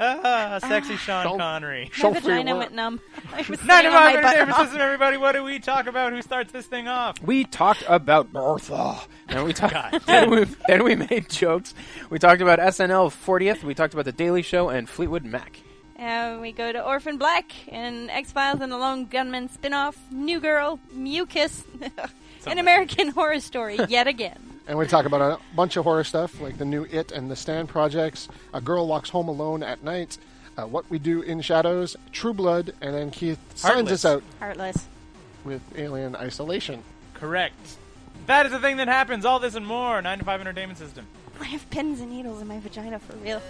Ah, sexy Sean Don't- Connery. Show my free vagina will. went numb. I was Nine sitting on my butt. system, everybody. What do we talk about? Who starts this thing off? We talked about Bertha, and we God. talked. then, we, then we made jokes. We talked about SNL 40th. We talked about The Daily Show and Fleetwood Mac. And Uh, we go to Orphan Black and X Files and the Lone Gunman spinoff, New Girl, Mucus, an American Horror Story yet again. And we talk about a bunch of horror stuff, like the new It and the Stand projects, A Girl Walks Home Alone at Night, uh, What We Do in Shadows, True Blood, and then Keith signs Heartless. us out Heartless. with Alien Isolation. Correct. That is the thing that happens. All this and more. 9 to 5 Entertainment System. I have pins and needles in my vagina for real.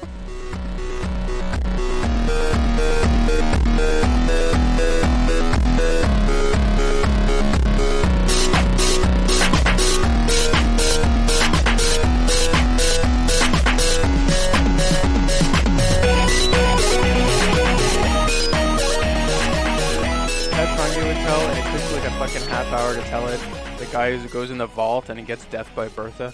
That song you would tell, and it takes like a fucking half hour to tell it. The guy who goes in the vault and he gets death by Bertha,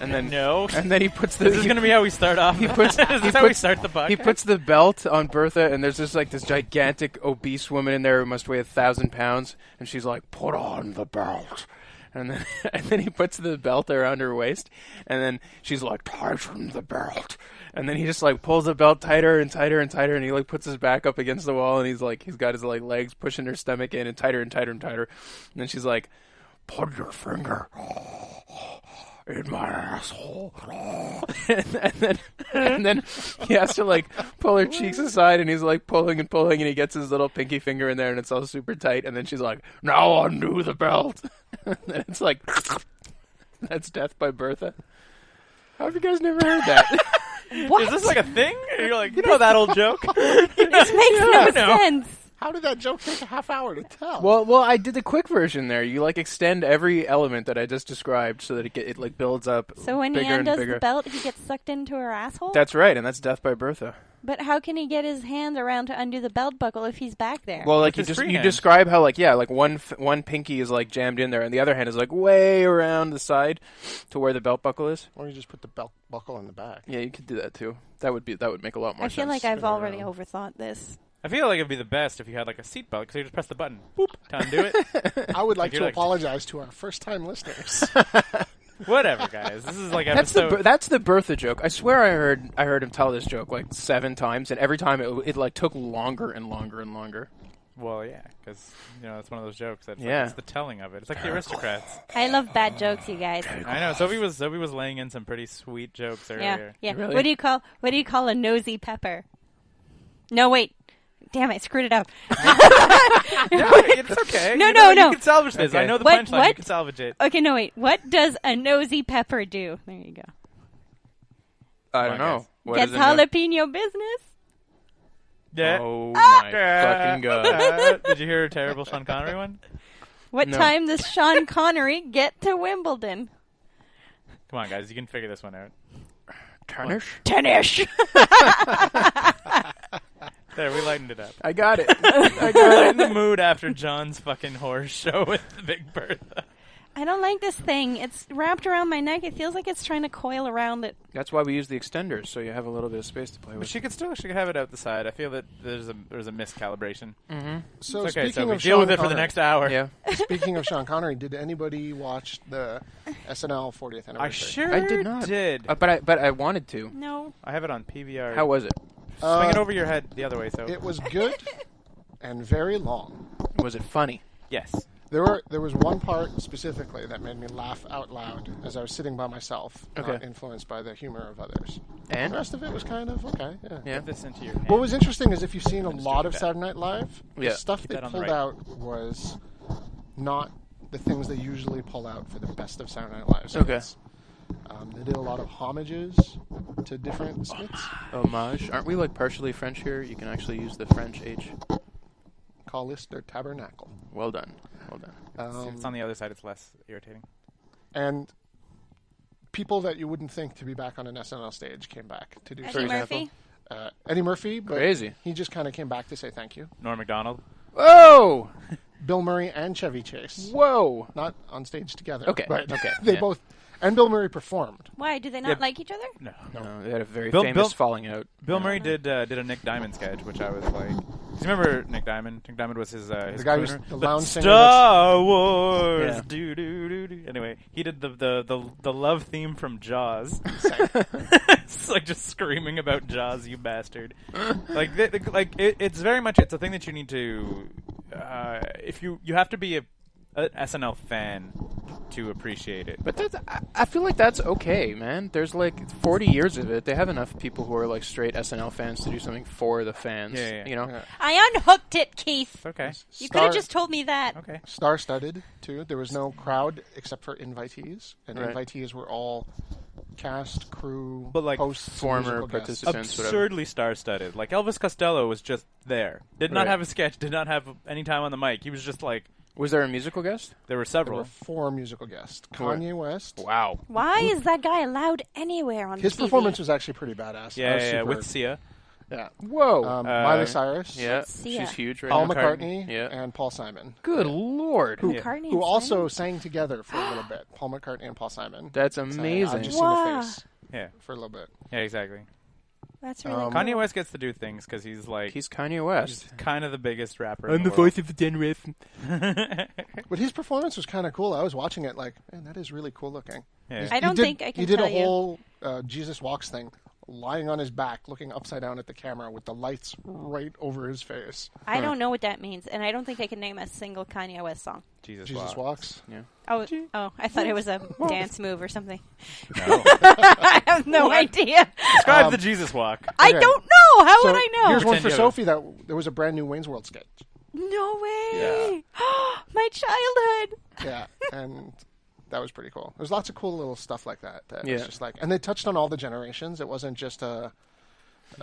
and then No. and then he puts the This is going to be how we start off. he puts this he is how we puts- start the podcast. He puts the belt on Bertha, and there's just like this gigantic obese woman in there who must weigh a thousand pounds, and she's like, "Put on the belt." And then, and then he puts the belt around her waist, and then she's like, "Tighten the belt." And then he just like pulls the belt tighter and tighter and tighter, and he like puts his back up against the wall, and he's like, he's got his like legs pushing her stomach in, and tighter and tighter and tighter. And then she's like, "Put your finger in my asshole. and, and then, Hmm? and then he has to like pull her cheeks aside, and he's like pulling and pulling, and he gets his little pinky finger in there, and it's all super tight. And then she's like, "Now undo the belt." and then it's like, "That's death by Bertha." How have you guys never heard that? What? is this like a thing? You're like, you know that old joke? this makes no no. sense. How did that joke take a half hour to tell? well, well, I did the quick version there. You like extend every element that I just described so that it get, it like builds up. So when bigger he undoes and bigger. the belt, he gets sucked into her asshole? that's right, and that's death by Bertha. but how can he get his hand around to undo the belt buckle if he's back there? Well, With like you his just free you hand. describe how like yeah, like one f- one pinky is like jammed in there, and the other hand is like way around the side to where the belt buckle is. or you just put the belt buckle on the back. Yeah, you could do that too. That would be that would make a lot more I feel sense. like I've already overthought this. I feel like it'd be the best if you had like a seatbelt because you just press the button. Boop. Time to do it. I would like Like to you're like- apologize to our first time listeners. Whatever, guys. This is like That's the episode. Ber- that's the Bertha joke. I swear I heard I heard him tell this joke like seven times, and every time it, it like took longer and longer and longer. well, yeah, because you know it's one of those jokes. That's Yeah. Oh, like, it's the telling of it. It's like the aristocrats. I love bad jokes, you guys. I know. Sophie was Sophie was laying in some pretty sweet jokes Yeah, earlier. yeah. Really? What do you call what do you call a nosy pepper? No, wait. Damn, I screwed it up. no, it's okay. No, You no, know, no. You can salvage this. Okay. Oh. I know the What- punchline. You what? can salvage it. Okay, no, wait. What does a nosy pepper do? There you go. I on, don't know. guys. What Gets is it now? jalapeno business. Yeah. Oh Ah! my Uh, fucking god! uh, did you hear a terrible Sean Connery one? What No. time does Sean Connery get to Wimbledon? Come on, guys. You can figure this one out. Tarnish. Tennis. There, we lightened it up. I got it. I got it. in the mood after John's fucking horror show with the Big Bertha. I don't like this thing. It's wrapped around my neck. It feels like it's trying to coil around it. That's why we use the extenders, so you have a little bit of space to play But with. she could still she could have it out the side. I feel that there's a there's a miscalibration. So it's okay, Mm. speaking so we of deal Sean with it for Connery, the next hour. Yeah, Speaking of Sean Connery, did anybody watch the SNL 40th anniversary? I sure I did not. Did Uh, but I but I wanted to. No. I have it on PVR? How was it? Swing Uh, it over your head the other way. So It was good and very long. Was it funny? yes, There were there was one part specifically that made me laugh out loud as I was sitting by myself, not Okay. influenced by the humor of others. And? the rest of it was kind of okay. Yeah. Yeah. put this into your. Hand. What was interesting is if you've seen a lot doing of that. Saturday Night Live, Yeah. the stuff Keep they that on pulled the right. out was not the things they usually pull out for the best of Saturday Night Live. Okay. skits. Um, they did a lot of homages to different Oh, skits. Homage. Aren't we like partially French here? You can actually use the French H. callest their tabernacle. Well done. Well done. Um, it's on the other side. It's less irritating. and people that you wouldn't think to be back on an SNL stage came back to do Eddie some- Murphy. uh, Eddie Murphy, but Crazy. he just kind of came back to say thank you. Norm Macdonald. Whoa! Bill Murray and Chevy Chase, Whoa! not on stage together. Okay, but okay, they yeah. both and Bill Murray performed. Why do they not Yeah. like each other? No. No, they had a very Bill- famous Bill- falling out. Bill Murray did uh, did a Nick Diamond sketch, which I was like, do you remember Nick Diamond? Nick Diamond was his uh, his guy who's crooner. the lounge singer Star Wars. Yeah. Do, do, do, do. Anyway, he did the, the the the love theme from Jaws. it's like just screaming about Jaws, you bastard. like th- th- like it, it's very much it's a thing that you need to uh, if you you have to be a, a SNL fan to appreciate it. But that's, I, I feel like that's okay, man. There's like 40 years of it. They have enough people who are like straight SNL fans to do something for the fans. Yeah, yeah, yeah. You know? Yeah. I unhooked it, Keith. It's okay. You could have just told me that. Okay. star-studded too. There was no crowd except for invitees, and Right. invitees were all cast, crew, But, like, hosts, and former musical guests. participants. events, whatever. absurdly star-studded. Like Elvis Costello was just there. Did not Right. have a sketch. Did not have any time on the mic. He was just like Was there a musical guest? there were There several. were four musical guests. Kanye West. Wow. Why is that guy allowed anywhere on His TV? performance was actually pretty badass. I yeah, was oh, yeah, yeah, super- with Sia. yeah. Whoa. Um, Uh, Miley Cyrus. yeah. see it. She's huge right Paul now. McCartney, Yeah. and Paul Simon, Good lord. Who, Carney who and also sang together for a little bit. Paul McCartney and Paul Simon. That's Sang amazing. I've just seen Wow. the face Yeah, for a little bit. yeah, exactly. Simon? That's really Um, cool. Kanye West gets to do things because he's like He's Kanye West. kind of the biggest rapper. in I'm the the world. voice of the generation. But his performance was kind of cool. I was watching it like, man, that is really cool looking. Yeah. He's- I he don't did- think I can He did tell a you. whole uh, Jesus walks thing, lying on his back, looking upside down at the camera with the lights right over his face. I don't know what that means, and I don't think I can name a single Kanye West song. Jesus, Jesus walk. walks. Oh, oh! I thought it was a dance move or something. I have no idea. Describe the Jesus walk. I Okay. don't know. How So would I know? Here's one Pretend for you Sophie. That there was a brand new Wayne's World sketch. No way. My childhood. Yeah, and that was pretty cool. There's lots of cool little stuff like that. that was Yeah. just like, and they touched on all the generations. It wasn't just uh,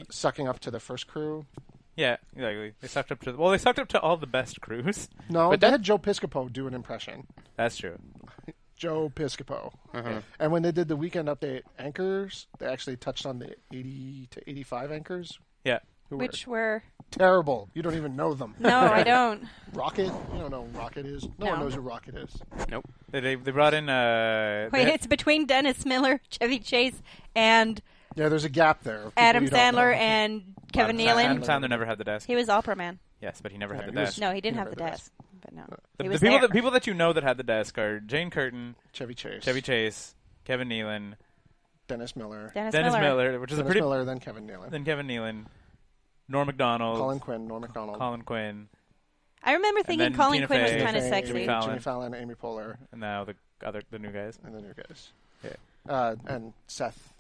sucking up to the first crew. Yeah, exactly. They sucked up to the, well, they sucked up to all the best crews. No, But they that- had Joe Piscopo do an impression. That's true. Joe Piscopo. And when they did the weekend update anchors, they actually touched on the 80 to 85 anchors Yeah, who Which were were terrible. You don't even know them. no, I don't. Rocket? You don't know who Rocket is. No, No. one knows who Rocket is. Nope. they they, they brought in. Uh, they Wait, had- it's between Dennis Miller, Chevy Chase, and Yeah, there's a gap there. of people Adam you don't know. Sandler and Kevin Adam Sandler- Nealon. Adam Sandler never had the desk. He was Opera Man. Yes, but he never had the he was- desk. No, he didn't He have the never does. desk. But no, The, he the was people there. that people that you know that had the desk are Jane Curtin, Chevy Chase. Chevy Chase, Kevin Nealon, Dennis Miller. Dennis, Dennis Miller. Miller, which is a Dennis pretty Miller, then Kevin Nealon. then Kevin Nealon, Norm Macdonald, Colin Quinn, Norm MacDonald. Colin Quinn, I remember thinking then Colin Tina Quinn was Fey, kind of Fey, sexy. Jimmy Fallon. Jimmy Fallon, Amy Poehler, and now the other the new guys. and then you guys. Yeah. Uh, and Seth.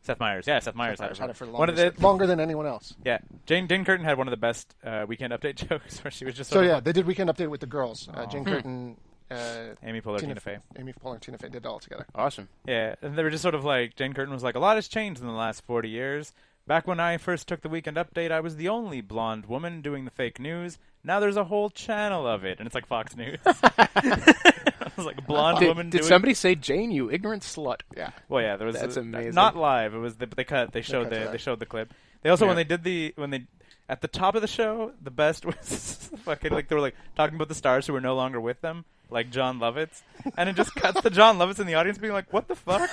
Seth Meyers. Yeah, Seth Meyers Meyers had it for the one of the longest- longer than anyone else. yeah. Jane Jane Curtin had one of the best uh, weekend update jokes where she was just So sort of yeah, they did weekend update with the girls. Uh, Jane Curtin, uh, Amy Poehler, Oh. Hmm. Tina Fey. Amy Poehler, and Tina Fey did it all together. Awesome. Yeah, and they were just sort of like Jane Curtin was like, a lot has changed in the last forty years. Back when I first took the weekend update, I was the only blonde woman doing the fake news. Now there's a whole channel of it, and it's like Fox News. I was like blonde Did, woman. did doing... somebody say, Jane, you ignorant slut? Yeah, Well, yeah, there was That's a- amazing. Not live. It was the, but they cut. They showed cut the to that. they showed the clip. They also when Yeah. they did the when they at the top of the show, the best was fucking like they were like talking about the stars who were no longer with them, like John Lovitz, and it just cuts to John Lovitz in the audience being like, "What the fuck."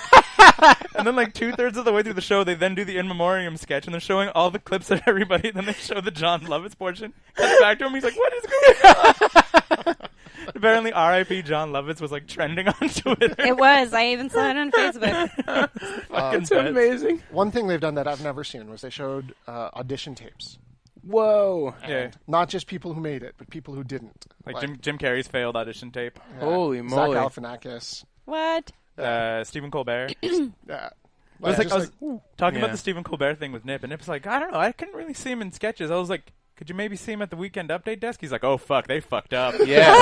And then, like two thirds of the way through the show, they then do the in memoriam sketch, and they're showing all the clips of everybody. Then they show the John Lovitz portion. Cuts back to him. He's like, "What is going on?" Apparently, R.I.P. John Lovitz was like trending on Twitter. It was. I even saw it on Facebook. That's amazing. one thing they've done that I've never seen was they showed uh, audition tapes, Whoa. Yeah. not just people who made it, but people who didn't. uh, Like, Jim Jim Carrey's failed audition tape. Holy moly. Zach Galifianakis. What? Uh, Stephen Colbert. I Yeah, was, Yeah, like, just I was talking Yeah. about the Stephen Colbert thing with Nip, and Nip's like, I don't know, I couldn't really see him in sketches. I was like, could you maybe see him at the weekend update desk? He's like, oh fuck, they fucked up. Yeah.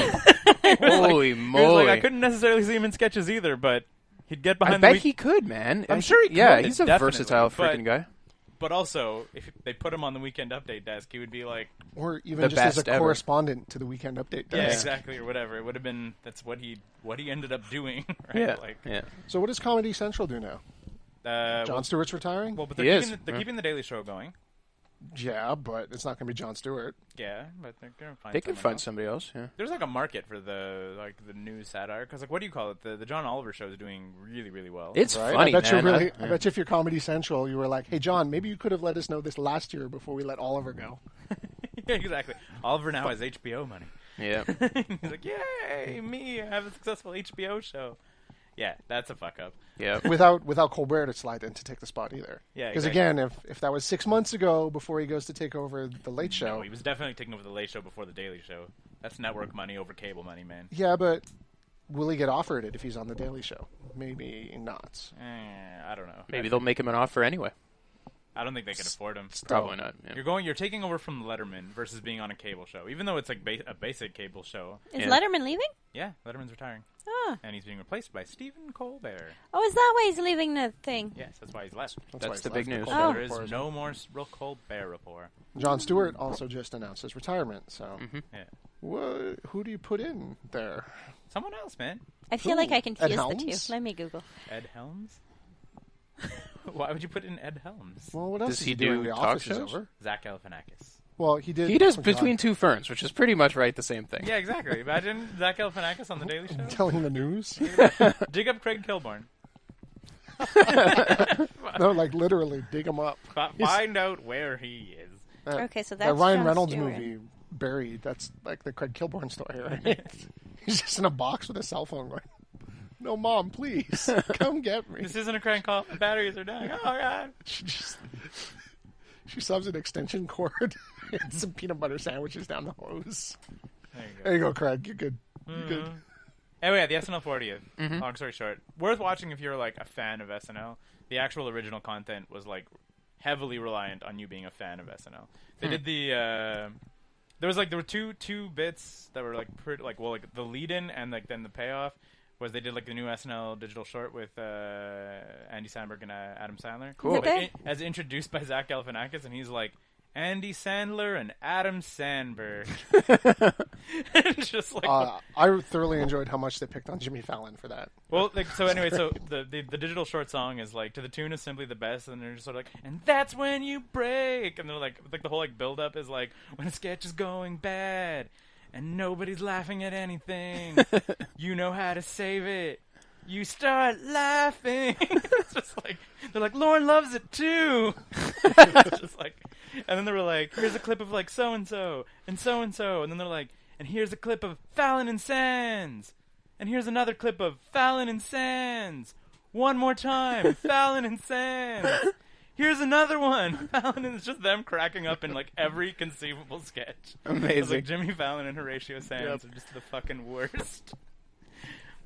Holy He was moly! like, I couldn't necessarily see him in sketches either, but he'd get I behind. bet the week- he could, man. I'm I sure he Yeah, could, he's a definitely, versatile but- freaking guy. But also, if they put him on the Weekend Update desk, he would be like, or even The just as best a ever. correspondent to the Weekend Update. yeah, desk. exactly, or whatever. It would have been that's what he what he ended up doing, right? Yeah. Like, yeah. So what does Comedy Central do now? uh, John Stewart's retiring. Well, but He they're, is, keeping the, they're yeah. keeping the Daily Show going. yeah, but it's not going to be John Stewart. Yeah, but they're gonna find. They can someone find else. somebody else. Yeah. There's like a market for the like the new satire because like what do you call it? The the John Oliver show is doing really really well. It's Right? funny, I bet man. you really. I- I, bet you if you're Comedy Central, you were like, "Hey, John, maybe you could have let us know this last year before we let Oliver go." Yeah, exactly. Oliver now has HBO money. yeah. He's like, yay, me, I have a successful HBO show. Yeah, that's a fuck up. Yeah. without without Colbert to slide in to take the spot either. Yeah, because exactly. again, if if that was six months ago before he goes to take over the Late Show, No, Oh, he was definitely taking over the Late Show before the Daily Show. That's network money over cable money, man. yeah, but will he get offered it if he's on the Daily Show? Maybe not. Eh, I don't know. Maybe they'll make him an offer anyway. I don't think they can afford him. Probably not. yeah. Oh. You're going. You're taking over from Letterman versus being on a cable show, even though it's like ba- a basic cable show. Is Yeah. Letterman leaving? Yeah, Letterman's retiring, Oh. and he's being replaced by Stephen Colbert. oh, is that why he's leaving the thing? Yes, that's why he's left. why That's he's the big left. news. Oh. There is Report. no more s- real Colbert report. John Stewart also just announced his retirement. So, Mm-hmm. Yeah. Wha- who do you put in there? Someone else, man. I feel like Ooh, I confused Ed the two. Helms? Let me Google. Ed Helms. Why would you put in Ed Helms? Well, what else Does is he do doing? the talk office is shows? over. Zach Galifianakis. Well, he did. He does oh my God. between two ferns, which is pretty much right the same thing. Yeah, exactly. Imagine Zach Galifianakis on the Daily Show. telling the news. Dig up Craig Kilborn. no, like literally dig him up. Fi- Find out where he is. That- Okay, so that that's Uh, Ryan John Reynolds Stewart. movie buried. That's like the Craig Kilborn story, right? He's just in a box with a cell phone going, "No, mom, please come get me." This isn't a crank call. The batteries are dying. Oh god. She just she subs an extension cord and some peanut butter sandwiches down the hose. There you go. Mm-hmm. There you go, Craig. You're good. You're good. Anyway, Oh, the SNL 40th. Long story short, worth watching if you're like a fan of SNL. The actual original content was like heavily reliant on you being a fan of SNL. They did the uh, there was like there were two two bits that were like pretty like well like the lead in and like then the payoff was they did like the new SNL digital short with uh, Andy Samberg and uh, Adam Sandler. Cool. Is it It- as introduced by Zach Galifianakis, and he's like Andy Sandler and Adam Sandberg. it's just like Uh, I thoroughly enjoyed how much they picked on Jimmy Fallon for that. well, like, so anyway, so the, the the digital short song is like to the tune is simply the best, and they're just sort of like, and that's when you break, and they're like, like the whole like build up is like when a sketch is going bad, and nobody's laughing at anything, you know how to save it, you start laughing. it's just like they're like Lauren loves it too. It's just like, and then they were like, here's a clip of like so and so and so and so, and then they're like, and here's a clip of Fallon and Sands. And here's another clip of Fallon and Sands. One more time, Fallon and Sands. Here's another one. Fallon and it's just them cracking up in like every conceivable sketch. It was Amazing. like Jimmy Fallon and Horatio Sands are just the fucking worst.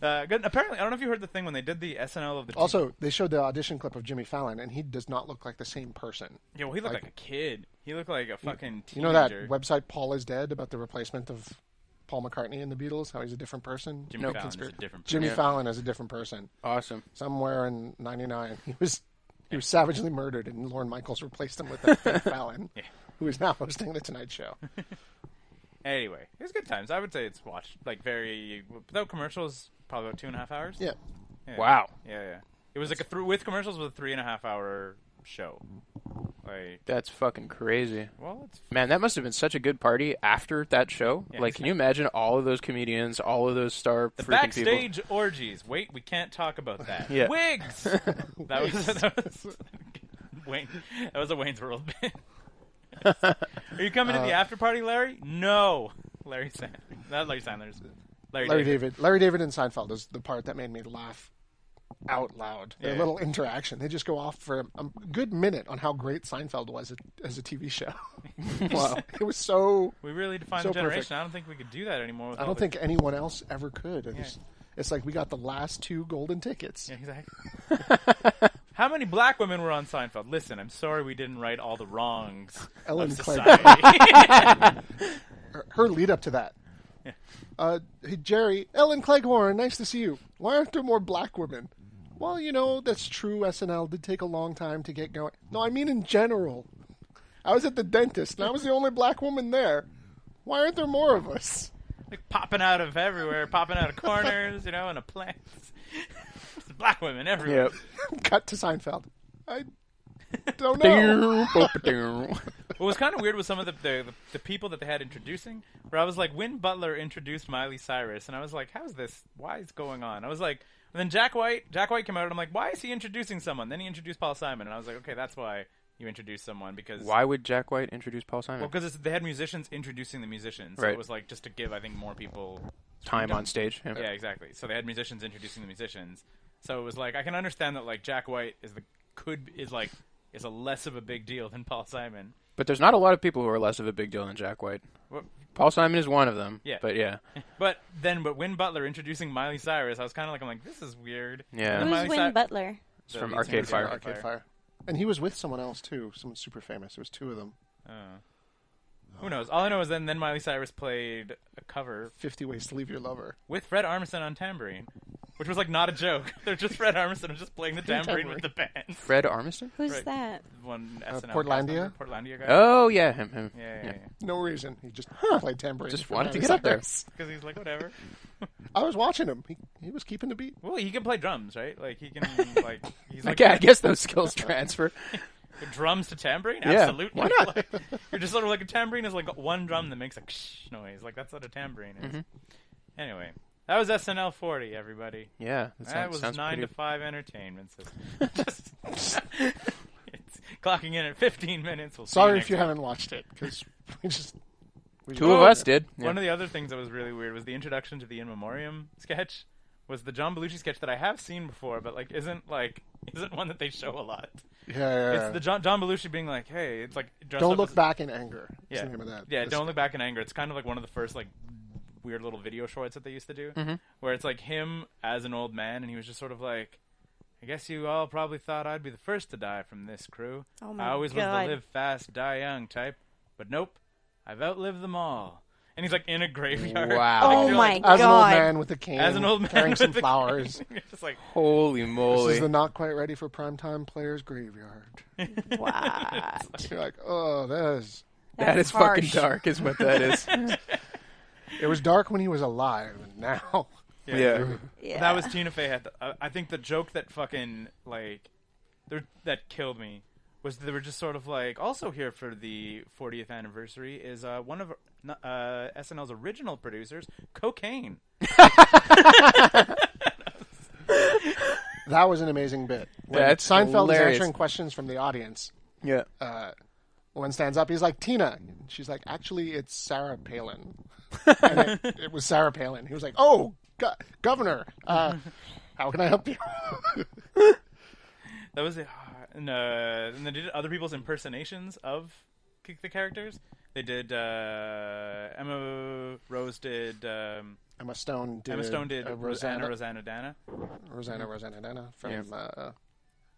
Uh, good. Apparently, I don't know if you heard the thing when they did the SNL of the. Also, they showed the audition clip of Jimmy Fallon, and he does not look like the same person. yeah, well, he looked like, like- a kid. He looked like a fucking teenager. You know that website Paul is Dead about the replacement of Paul McCartney and the Beatles, how he's a different person? Jimmy Fallon is a different. Jimmy Yeah. Fallon is a different person. Awesome. Somewhere in 99, he was he was savagely murdered and Lauren Michaels replaced him with that fake Fallon, who is now hosting the Tonight Show. Anyway, it was good times. I would say it's watched like very without commercials, probably about two and a half hours. Yeah. Yeah. Wow. Yeah, yeah. It was like a through with commercials was a three and a half hour show. Like, That's fucking crazy. well, it's Man, that must have been such a good party after that show. Yeah, like, can you imagine all of those comedians, all of those star the freaking people? backstage orgies. Wait, we can't talk about that. Yeah. Wigs. that was that was Wayne. That was a Wayne's World bit. Are you coming to the Uh, after party, Larry? No, Larry Sanders. Not Larry Sanders. Larry, Larry David. David. Larry David and Seinfeld is the part that made me laugh out loud. Their Yeah. little interaction. They just go off for a good minute on how great Seinfeld was as a TV show. wow. It was so We really defined So a generation. perfect. I don't think we could do that anymore. With I all don't the- think anyone else ever could. It was- It's like we got the last two golden tickets. Yeah, exactly. How many black women were on Seinfeld? Listen, I'm sorry we didn't right all the wrongs Ellen of Clark. society. Her, her lead up to that. Uh, hey, Jerry, Ellen Cleghorn, nice to see you. Why aren't there more black women? well, you know, that's true. SNL did take a long time to get going. No, I mean in general. I was at the dentist, and I was the only black woman there. Why aren't there more of us? like popping out of everywhere, popping out of corners, you know, and a plant. Black women everywhere. Yep. Cut to Seinfeld. I don't know. Oh. Ding-a-boop-a-ding. What was kind of weird was some of the, the the people that they had introducing. Where I was like, when Butler introduced Miley Cyrus, and I was like, how's this? Why is going on? I was like, and then Jack White, Jack White came out, and I'm like, why is he introducing someone? Then he introduced Paul Simon, and I was like, okay, that's why you introduced someone because Why would Jack White introduce Paul Simon? Well, because they had musicians introducing the musicians. So Right. It was like just to give, I think, more people Time on stage. Yeah, exactly. So they had musicians introducing the musicians. So it was like I can understand that like Jack White is the could is like is a less of a big deal than Paul Simon. But there's not a lot of people who are less of a big deal than Jack White. Well- Paul Simon is one of them. Yeah. But yeah. But then, but Win Butler introducing Miley Cyrus, I was kind of like, I'm like, this is weird. Yeah. Who's And Who's Miley Win Cy- Butler? It's from the Arcade Arcade Fire. Fire. Arcade Fire. And he was with someone else too, someone super famous. There was two of them. Who knows? All I know is then then Miley Cyrus played a cover Fifty Ways to Leave Your Lover. with Fred Armisen on tambourine, which was like not a joke. They're just Fred Armisen just playing the tambourine with the band. Fred Armiston? Who's Right. that? One SNL cast Uh, Portlandia? member, Portlandia guy. Oh yeah, him. him. Yeah, yeah, yeah. No reason. He just played tambourine. Just for wanted to Miley get up there. Cyrus. Because he's like whatever. I was watching him. He, he was keeping the beat. Well, he can play drums, right? Like he can like he's like Like, yeah, I guess those skills transfer. drums to tambourine. Yeah, Absolutely. why not? Like, you're just sort of like a tambourine is like one drum that makes a ksh noise. Like that's what a tambourine is. Anyway, that was SNL 40. Everybody, Yeah, Mm-hmm. that, that, sounds, was sounds nine pretty. to five entertainment system. Just- it's clocking in at 15 minutes. We'll see Sorry next if you week. haven't watched it because we just we Two of us did. Yeah. One of the other things that was really weird was the introduction to the in memoriam sketch. Was the John Belushi sketch that I have seen before, but like isn't like isn't one that they show a lot. Yeah, yeah, yeah. It's the John, John Belushi being like, "Hey, it's like dressed don't up look as- back in anger. Is Yeah, the name of that. yeah. This- Don't look back in anger. It's kind of like one of the first like weird little video shorts that they used to do, where it's like him as an old man, and he was just sort of like, "I guess you all probably thought I'd be the first to die from this crew. Oh I my always was God. the live fast, die young type, but nope, I've outlived them all." And he's like in a graveyard. Wow. Like, Oh you're my like- As an old God. man with a cane, As an old man carrying with some a cane. flowers. You're just like Holy This moly! is the not quite ready for primetime players graveyard. Wow. You're like, oh, that is. that is fucking harsh. dark, is what that is. It was dark when he was alive, and now yeah. Yeah. That was Tina Fey had. The, uh, I- I think the joke that fucking like, there, that killed me was they were just sort of like also here for the 40th anniversary is uh, one of uh, SNL's original producers, Cocaine. that was an amazing bit. When That's Seinfeld hilarious. is answering questions from the audience. Yeah. One stands up. He's like Tina. She's like, actually, it's Sarah Palin. and it, it was Sarah Palin. He was like, oh, go- governor, uh, how can I help you? That was it. And, uh, and they did other people's impersonations of c- the characters. They did uh, Emma Rose did um, Emma Stone did. Emma Stone did uh, Rosanna mm-hmm. Rosanna, Rosanna Dana Rosanna, Rosanna, Dana from Yeah. uh,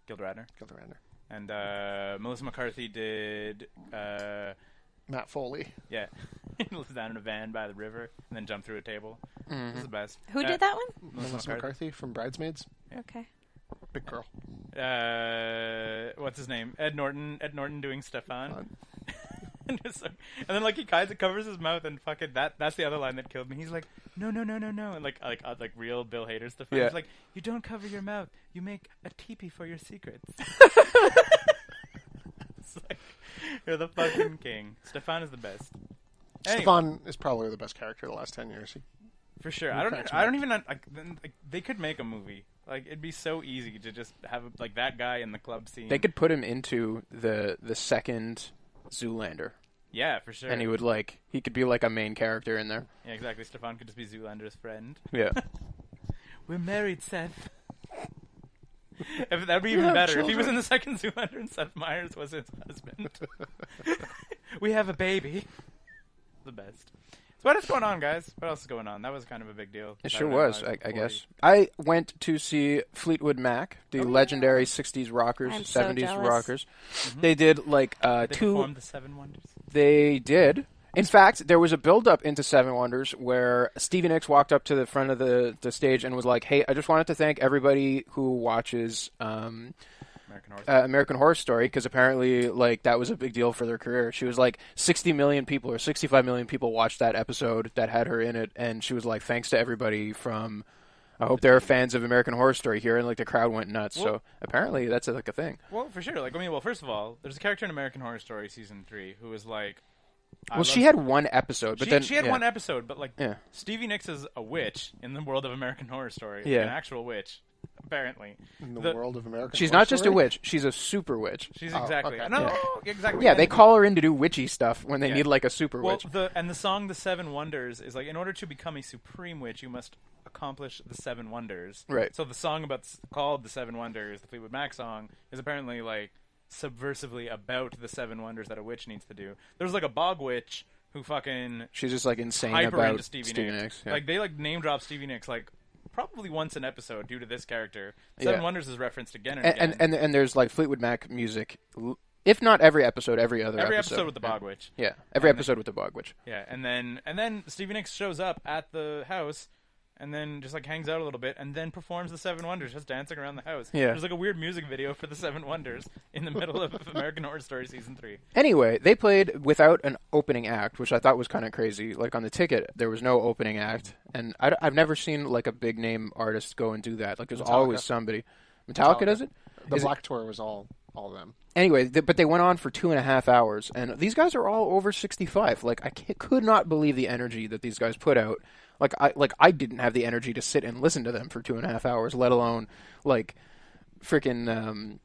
Gilda Radner Gilda Radner. and uh, Melissa McCarthy did. Uh, Matt Foley. Yeah. he lives down in a van by the river and then jump through a table. This is the best. Who did that one? Melissa McCarthy from Bridesmaids. Okay. Big girl. Uh, what's his name? Ed Norton. Ed Norton doing Stefan. and just like- and then like he kind of covers his mouth and fucking that. That's the other line that killed me. He's like, no, no, no, no, no, and like like uh, like real Bill Hader stuff. Yeah. He's like, you don't cover your mouth. You make a teepee for your secrets. it's like, you're the fucking king. Stefan is the best. Anyway. Stefan is probably the best character of the last 10 years. He- For sure. I don't. e, cracks me I don't even. Like, then, like, they could make a movie. Like it'd be so easy to just have like that guy in the club scene. They could put him into the the second Zoolander, Yeah, for sure. and he would like he could be like a main character in there. yeah, exactly. Stefan could just be Zoolander's friend. Yeah. We're married, Seth. If- that'd be even have better if he was in the second Zoolander and Seth Meyers was his husband. we have a baby. The best. So what is going on, guys? What else is going on? That was kind of a big deal. It sure was, I, I guess. I went to see Fleetwood Mac, the legendary '60s rockers, Oh, I'm so '70s jealous. rockers. They did like uh, They two. performed the Seven Wonders. They did, In fact, there was a build-up into Seven Wonders where Stevie Nicks walked up to the front of the, the stage and was like, "Hey, I just wanted to thank everybody who watches um, American Horror. uh, American Horror Story because apparently, like, that was a big deal for their career." She was like, "60 million people or 65 million people watched that episode that had her in it," and she was like, "Thanks to everybody from." I hope there are fans of American Horror Story here, and like the crowd went nuts. so apparently, that's like a thing. Well, for sure. Like, I mean, well, first of all, there's a character in American Horror Story season three who is like. I Well, she love- had one episode, but she, then she had yeah. one episode, but like Yeah. Stevie Nicks is a witch in the world of American Horror Story. like, Yeah. an actual witch, apparently. in the, The- world of America. She's not just a witch; she's a super witch. She's Oh, exactly okay. no exactly. Yeah, they And- call her in to do witchy stuff when they Yeah. need like a super well witch. the and the song "The Seven Wonders" is like in order to become a supreme witch, you must accomplish the seven wonders. Right. So the song about called "The Seven Wonders," the Fleetwood Mac song, is apparently like subversively about the seven wonders that a witch needs to do. There's like a bog witch who fucking She's just like insane hyper about into Stevie, Nicks. yeah. Like they like name drop Stevie Nicks like probably once an episode due to this character. Yeah. Seven Wonders is referenced again and, and, again. and and and there's like Fleetwood Mac music, l- if not every episode, every other every episode, episode, with the bog witch. Yeah, every And the- episode with the bog witch. Yeah, and then and then Stevie Nicks shows up at the house and then just like hangs out a little bit and then performs the Seven Wonders just dancing around the house. Yeah. There's like a weird music video for the Seven Wonders in the middle of American Horror Story season 3. Anyway, they played without an opening act, which I thought was kind of crazy. Like on the ticket, there was no opening act, and I, have never seen like a big name artist go and do that. Like there's always somebody. Metallica, does it? The Is it- Black Tour was all all them. anyway, th- but they went on for two and a half hours, and these guys are all over sixty-five. Like I ca could not believe the energy that these guys put out. Like I like I didn't have the energy to sit and listen to them for two and a half hours, let alone like freaking um,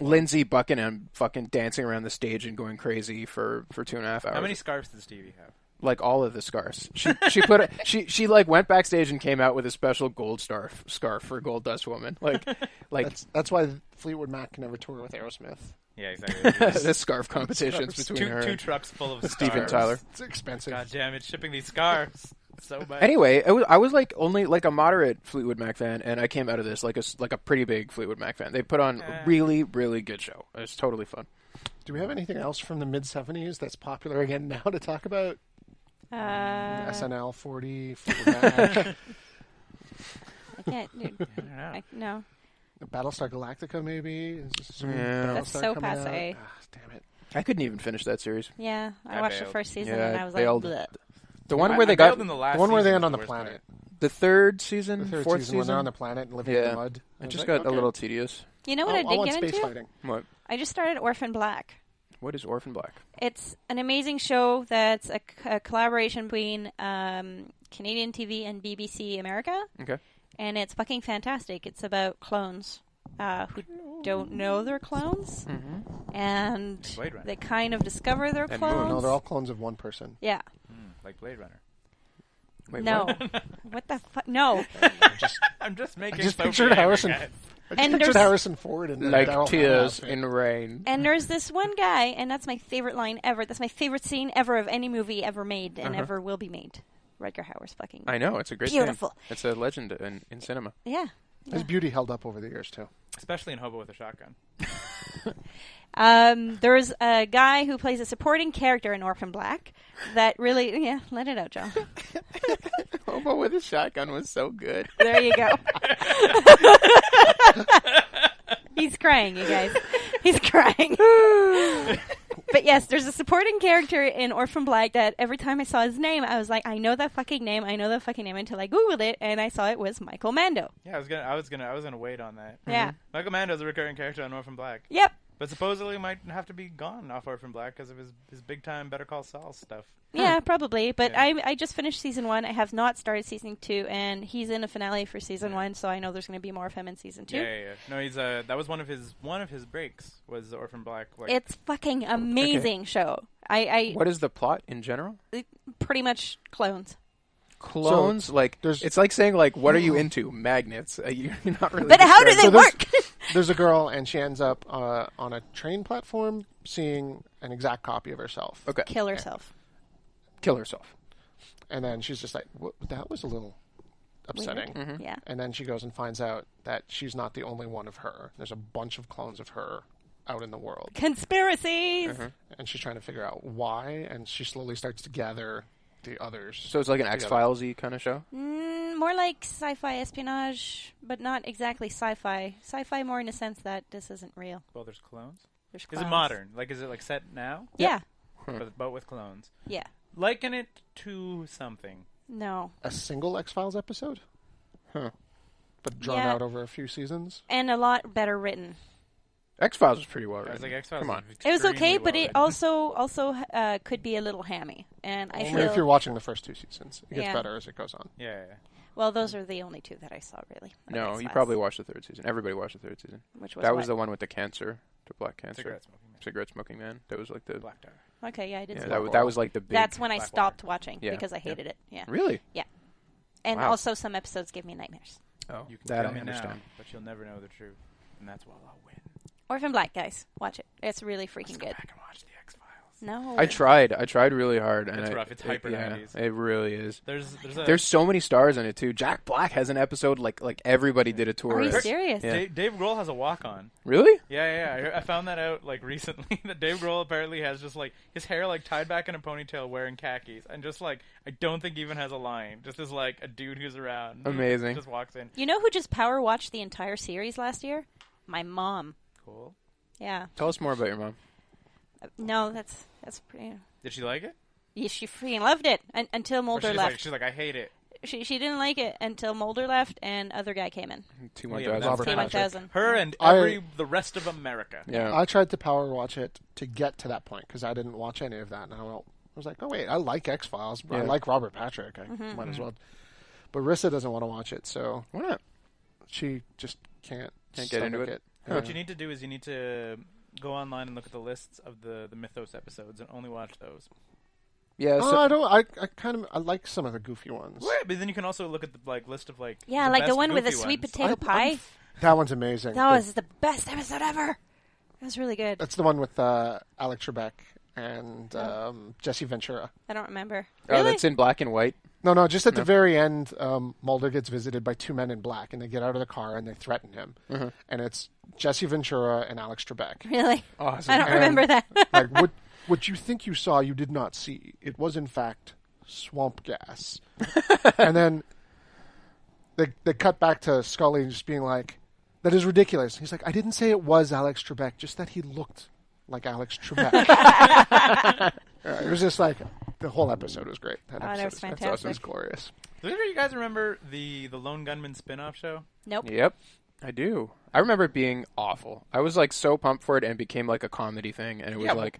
Lindsey Buckingham fucking dancing around the stage and going crazy for for two and a half hours. How many scarves does Stevie have? like all of the scarves. She she put a, she she like went backstage and came out with a special gold scarf scarf for Gold Dust Woman. Like like. That's that's why Fleetwood Mac can never tour with Aerosmith. Yeah, exactly. the scarf competitions Scarves. between two, her two and- trucks full of Steven scarves. Tyler. It's expensive. God damn it, shipping these scarves. So bad. Anyway, I was, I was like only like a moderate Fleetwood Mac fan, and I came out of this like a s- like a pretty big Fleetwood Mac fan. They put on a really really good show. It's totally fun. Do we have anything else from the mid '70s that's popular again now to talk about? Mm, Uh, SNL 40, Fleetwood Mac, I can't. Dude, I don't know. I, no. Battlestar Galactica, maybe. Is this some Yeah. That's Battlestar so coming out? passé. Ah, damn it! I couldn't even finish that series. Yeah, I, I watched the bailed. first season Yeah, and I was they like, all- Bleh. The one I- where I they got bailed in the last The one where they end season was on the worst planet, the third season, Mm. the third fourth season, when they're on the planet and living in yeah, the mud. I it was just like, got a okay. little tedious. You know what I I did want get space into? fighting. What I just started Orphan Black. what is Orphan Black? It's an amazing show that's a, c- a collaboration between um, Canadian TV and BBC America, Okay, and it's fucking fantastic. It's about clones uh, who don't know they're clones, and Blade Runner. they kind of discover they're And clones. Oh, No, they're all clones of one person. yeah. Like Blade Runner. Wait, no. what? What, the fuck? No. I'm just making just Sophie pictured angry, Harrison- guys. I just And pictured there's- Harrison Ford and like tears in rain. And there's this one guy, and that's my favorite line ever. That's my favorite scene ever of any movie ever made and ever will be made. Rutger Hauer's fucking. I know it's a great Beautiful. Thing. It's a legend in, in cinema. yeah. His beauty held up over the years too. Especially in Hobo with a Shotgun. Um, there's a guy who plays a supporting character in Orphan Black that really, yeah, let it out, John. Hobo Oh, with a shotgun was so good. There you go. He's crying, you guys. He's crying. but yes, there's a supporting character in Orphan Black that every time I saw his name, I was like, I know that fucking name. I know that fucking name until I Googled it and I saw it was Michael Mando. Yeah, I was gonna, I was gonna, I was gonna wait on that. Yeah. Michael Mando's a recurring character on Orphan Black, Yep. but supposedly might have to be gone off Orphan Black because of his his big time Better Call Saul stuff. Yeah, probably. But Yeah. I I just finished season one. I have not started season two, and he's in a finale for season one, so I know there's going to be more of him in season two. Yeah, yeah, yeah. No, he's uh, that was one of his one of his breaks was Orphan Black. Like, It's fucking amazing show. I, I What is the plot in general? pretty much clones. Clones, like there's- it's like saying like, what are Oh. you into? Magnets? Uh, you- You're not really. But how do describing- they there's- work? There's a girl, and she ends up uh, on a train platform seeing an exact copy of herself. Okay, Kill herself. kill herself. And then she's just like, "Wha- that was a little upsetting. Yeah. And then she goes and finds out that she's not the only one of her. There's a bunch of clones of her out in the world. Conspiracies. And she's trying to figure out why, and she slowly starts to gather the others. So it's like an X Files y kind of show. Mm, more like sci-fi espionage, but not exactly sci-fi. Sci-fi more in a sense that this isn't real. Well, there's clones. There's Is it clowns. modern? Like, is it like set now? Yeah. But, but with clones. Yeah. Liken it to something. No. a single X Files episode, but drawn Yeah. out over a few seasons. And a lot better written. X Files is pretty well I written. was like, X Files. Come on. It was okay, but it also also uh, could be a little hammy. And I Only if feel- you're watching the first two seasons, it gets Yeah. better as it goes on. Yeah, yeah, yeah. well, those are the only two that I saw really. of No, you X-Files, probably watched the third season. Everybody watched the third season. which was That was what? the one with the cancer, the black cancer, Cigarette smoking. Man. cigarette smoking man. That was like the Black Dog. okay. Yeah, I did. yeah, see that that. was that was like the big. That's when I Blackwater. stopped watching Yeah. because I Yeah. hated it. Yeah. really. And Wow. also some episodes give me nightmares. Oh, You can that I tell me understand. now, but you'll never know the truth, and that's why I'll win. Orphan Black, guys, watch it. It's really freaking Go good. back and watch the X Files. No. I tried. I tried really hard. And It's I- rough. It's it- hyper Uh, yeah, 90s. It really is. There's there's a There's so many stars in it too. Jack Black has an episode like like everybody did a tour. Are you of it. serious? Yeah. Dave, Dave Grohl has a walk on. Really? Yeah, yeah, yeah. I, I found that out like recently that Dave Grohl apparently has just like his hair like tied back in a ponytail, wearing khakis, and just like I don't think even has a line. Just is like a dude who's around. Amazing. Just walks in. You know who just power watched the entire series last year? My mom. Cool. Yeah. Tell us more about your mom. Uh, No, that's that's pretty. Did she like it? Yeah, she freaking loved it un- until Or Mulder she's like left. she's like I hate it. she she didn't like it until Mulder left and other guy came in. T Well, one yeah, but thousand. that's Robert T one Patrick. thousand. Her and I- every the rest of America. Yeah. I tried to power watch it to get to that point because I didn't watch any of that, and I went- I was like, oh wait, I like X Files, but I Yeah. Mm-hmm. like Robert Patrick. I Mm-hmm. might as well. But Rissa doesn't want to watch it, so Why not? she just can't Can't get into stomach it? Yeah. What you need to do is you need to go online and look at the lists of the the Mythos episodes and only watch those. Yeah. Oh, so- I don't. I, I kind of I like some of the goofy ones. Wait, but then you can also look at the like list of like Yeah, like the best one with the goofy sweet ones. potato I- I'm pie. f- That one's amazing. That The- was the best episode ever. It was really good. That's the one with uh, Alec Trebek and um, Jesse Ventura. I don't remember. Oh, Really? that's in black and white. No, no, just at the very end, um, Mulder gets visited by two men in black, and they get out of the car and they threaten him. Mm-hmm. And it's Jesse Ventura and Alex Trebek. really? Awesome. I don't and- remember that. like what what you think you saw, you did not see. It was in fact swamp gas. and then they they cut back to Scully just being like, "That is ridiculous." He's like, "I didn't say it was Alex Trebek, just that he looked like Alex Trebek." Uh, it was just like the whole episode was great. That Oh, that episode was is- that's fantastic. awesome. It's glorious. Does anybody you guys remember the the Lone Gunman spin-off show? nope. Yep. I do. I remember it being awful. I was like so pumped for it and it became like a comedy thing and it was Yeah, like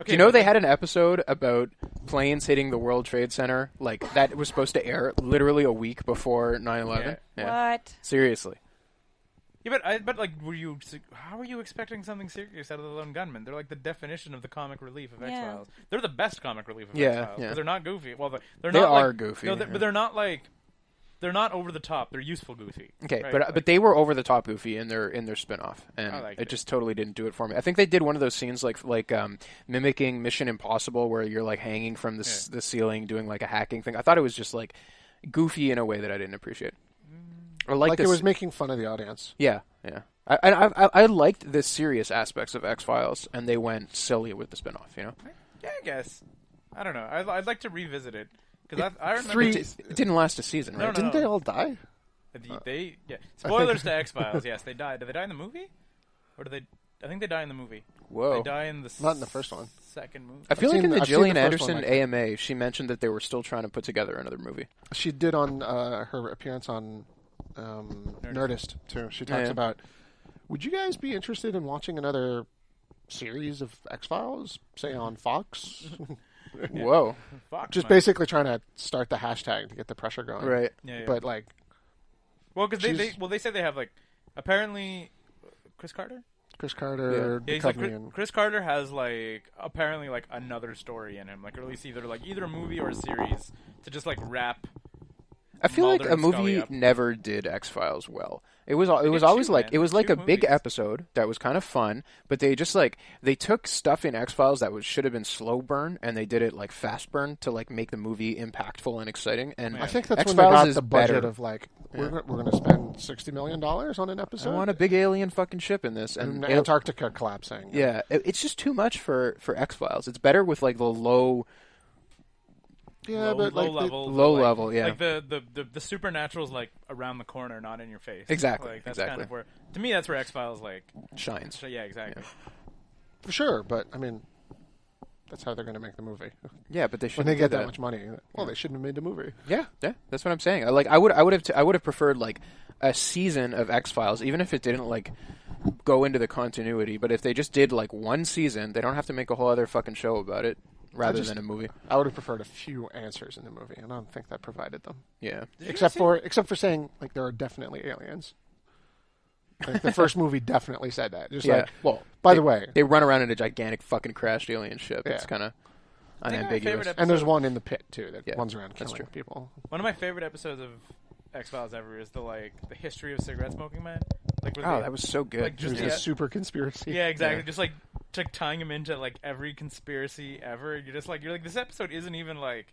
Okay, Do you know but they had an episode about planes hitting the World Trade Center? Like that was supposed to air literally a week before 9/11. Yeah. What? Seriously. Yeah, but I, but like, were you? How were you expecting something serious out of the Lone Gunman? They're like the definition of the comic relief of Yeah. X Files. They're the best comic relief of Yeah, X Files yeah. they're not goofy. Well, they're, they're They not like- are goofy, No, they're, yeah. but they're not like they're not over the top. They're useful goofy. Okay, right? but uh, Like, but they were over the top goofy in their in their spinoff, and I it, liked it. just totally didn't do it for me. I think they did one of those scenes like like um, mimicking Mission Impossible, where you're like hanging from the s the ceiling, doing like a hacking thing. I thought it was just like goofy in a way that I didn't appreciate. I liked Like this, it was making fun of the audience. yeah yeah. I, I I I liked the serious aspects of X Files, and they went silly with the spinoff. You know, yeah, I guess. I don't know. I, I'd like to revisit it because I, I remember three- t- it, it didn't last a season, right? No, no. Didn't they all die? the- they yeah. Spoilers to X Files. Yes, they die. Did they die in the movie, or do they? I think they die in the movie. Whoa. They die in the Not in the first one. Second movie. I feel I've like in seen- the I've seen Gillian the first Anderson one, like- AMA, she mentioned that they were still trying to put together another movie. she did on uh, her appearance on um, Nerdist. too. She talks Oh, yeah. about. Would you guys be interested in watching another series of X Files, say on Fox? Whoa, Fox Just might- basically trying to start the hashtag to get the pressure going, right? Yeah, yeah. But like, Well, because they, they She's- well they say they have like apparently Chris Carter. Chris Carter, Yeah, he's like, Duchovny, Chris, and- Chris Carter has like apparently like another story in him, like or at least either like either a movie or a series to just like wrap. I I feel Mulder like a and Scully movie up. never did X Files well. It was al- it was did always two, like man. it was like Two a big movies. episode that was kind of fun, but they just like they took stuff in X Files that was should have been slow burn and they did it like fast burn to like make the movie impactful and exciting. And I think that's X when they Files got is the budget better. of like we're gonna- we're going to spend sixty million dollars on an I episode. want a big alien fucking ship in this, and, and it- Antarctica collapsing. yeah, it- it's just too much for for X Files. It's better with like the low yeah, low, but like low the- level, low like- level, yeah. Like the the the, the supernatural's like around the corner, not in your face. Exactly, Like, that's kind exactly. of where to me that's where X Files like. shines. So yeah, exactly. for sure. But I mean, that's how they're going to make the movie. Yeah, but they When shouldn't they do get that that much money, well, they shouldn't have made the movie. Yeah, yeah, that's what I'm saying. I, Like, I would, I would have, t- I would have preferred like a season of X Files, even if it didn't like go into the continuity. But if they just did like one season, they don't have to make a whole other fucking show about it, rather just- than a movie. I would have preferred a few answers in the movie, and I don't think that provided them. Yeah, except for except for saying like there are definitely aliens. Like the first movie definitely said that. Just yeah. like well, by they- the way, they run around in a gigantic fucking crashed alien ship. It's Yeah. kind of I think my unambiguous. favorite and there's one in the pit too that Yeah, runs around killing true. people. One of my favorite episodes of X Files ever is the like the history of cigarette smoking man. Like with Oh, the- that was so good. like, It just was Yeah. a super conspiracy. yeah, exactly. yeah. Just like t- tying him into like every conspiracy ever. You're just like you're like this episode isn't even like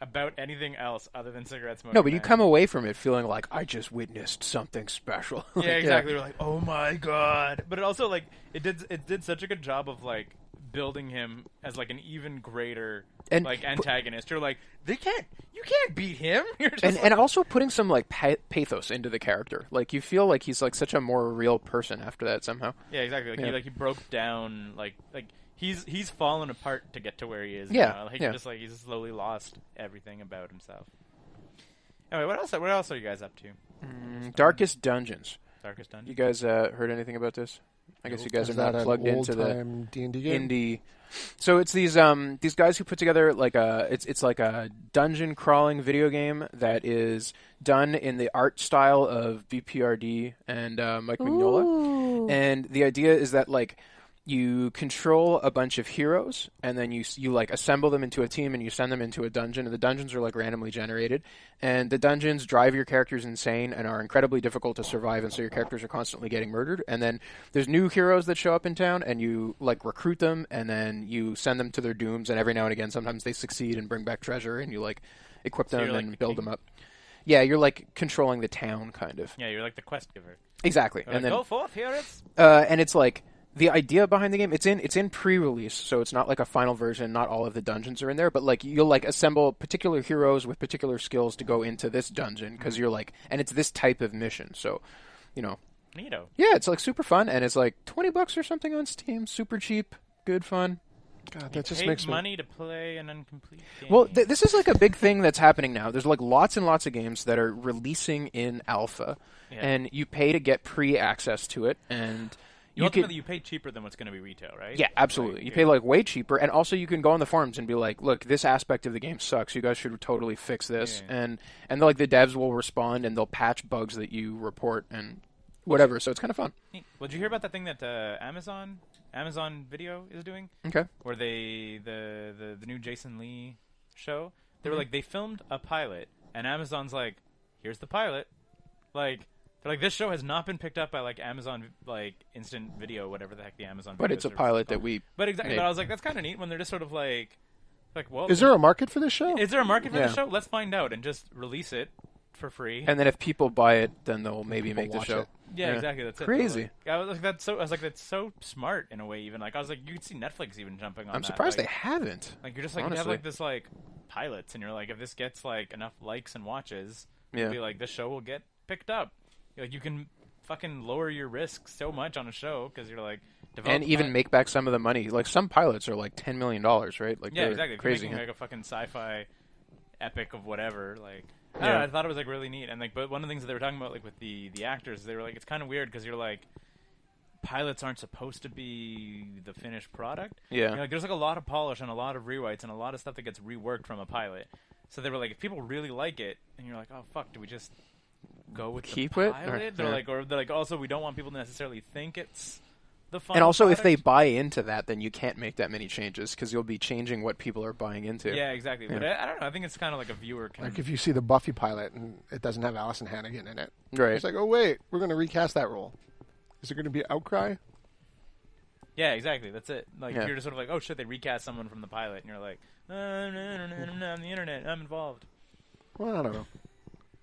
about anything else other than cigarette smoking. no, but you man. come away from it feeling like I just witnessed something special. Like, yeah, exactly. We're like, oh my god! But it also like it did it did such a good job of like building him as like an even greater And- like but- antagonist. You're like, they can't, you can't beat him. You're just and like, and also putting some like pa- pathos into the character. Like you feel like he's like such a more real person after that somehow. yeah, exactly. Like, yeah. He, like he broke down. Like like he's he's fallen apart to get to where he is. Yeah, now. like yeah. just like he's slowly lost everything about himself. Anyway, what else? What else are you guys up to? Darkest Dungeons. Darkest Dungeon. You guys uh, heard anything about this? I guess you guys are Is that not an plugged into the old-time D&D game? indie. So it's these um these guys who put together like a it's it's like a dungeon crawling video game that is done in the art style of BPRD and uh, Mike Mignola. And the idea is that like you control a bunch of heroes and then you s- you like assemble them into a team and you send them into a dungeon and the dungeons are like randomly generated and the dungeons drive your characters insane and are incredibly difficult to survive and so your characters are constantly getting murdered and then there's new heroes that show up in town and you like recruit them and then you send them to their dooms and every now and again sometimes they succeed and bring back treasure and you like equip them you're, like, and the build king? them up yeah you're like controlling the town kind of yeah, you're like the quest giver. exactly You're like, and then go forth here. It's uh, and it's like the idea behind the game it's in it's in pre-release so it's not like a final version not all of the dungeons are in there but like you'll like assemble particular heroes with particular skills to go into this dungeon because you're like and it's this type of mission so you know Neato. yeah it's like super fun and it's like 20 bucks or something on steam super cheap good fun God, that just Paid makes me. money to play an incomplete game. Well, th- this is like a big thing that's happening now. There's like lots and lots of games that are releasing in alpha, Yeah. and you pay to get pre-access to it, and you you ultimately can you pay cheaper than what's going to be retail, right? yeah, absolutely. you yeah. pay like way cheaper, and also you can go on the forums and be like, "Look, this aspect of the game sucks. You guys should totally fix this." Yeah. And and like the devs will respond and they'll patch bugs that you report and whatever. So it's kind of fun. Neat. Well, did you hear about that thing that uh, Amazon Amazon Video is doing, Okay. where they the the, the new Jason Lee show? They Mm-hmm. were like they filmed a pilot, and Amazon's like, "Here's the pilot." Like they're like, "This show has not been picked up by like Amazon like Instant Video, whatever the heck the Amazon." But video it's a service is pilot that called." we But exactly. made. But I was like, that's kind of neat when they're just sort of like, like, well, Is there a market for this show? is there a market for Yeah. the show? Let's find out and just release it for free. And then if people buy it, then they'll maybe People make the watch show. it. Yeah, exactly. That's it. They're Crazy. like- I was like, that's so. I was like, that's so smart in a way. Even like, I was like, you could see Netflix even jumping on. I'm that. surprised like, they haven't. Like, you're just like you have honestly. like this like pilots, and you're like, if this gets like enough likes and watches, Yeah. you'll be like, this show will get picked up. Like, you can fucking lower your risk so much on a show because you're like, develop and a even pi- make back some of the money. Like some pilots are like ten million dollars, right? Like yeah, they're exactly. If you're crazy. making, like a fucking sci-fi epic of whatever, like. I, Yeah. don't know, I thought it was like really neat, and like, but one of the things that they were talking about, like with the the actors, they were like, it's kind of weird because you're like, pilots aren't supposed to be the finished product. Yeah. You know, like, there's like a lot of polish and a lot of rewrites and a lot of stuff that gets reworked from a pilot. So they were like, if people really like it, and you're like, oh fuck, do we just go with Keep the it? Or- pilot? They're yeah. like, or they're like, also we don't want people to necessarily think it's the final And also, if they product? buy into that, then you can't make that many changes because you'll be changing what people are buying into. Yeah, exactly. But Yeah. I, I don't know. I think it's kind of like a viewer can. Like if you see the Buffy pilot and it doesn't have Allison Hannigan in it, Right. It's like, oh wait, we're going to recast that role. Is there going to be outcry? yeah, exactly. That's it. Like Yeah. you're just sort of like, oh shit, they recast someone from the pilot, and you're like, uh, no, no, no, no, no, I'm the internet, I'm involved. Well, I don't know.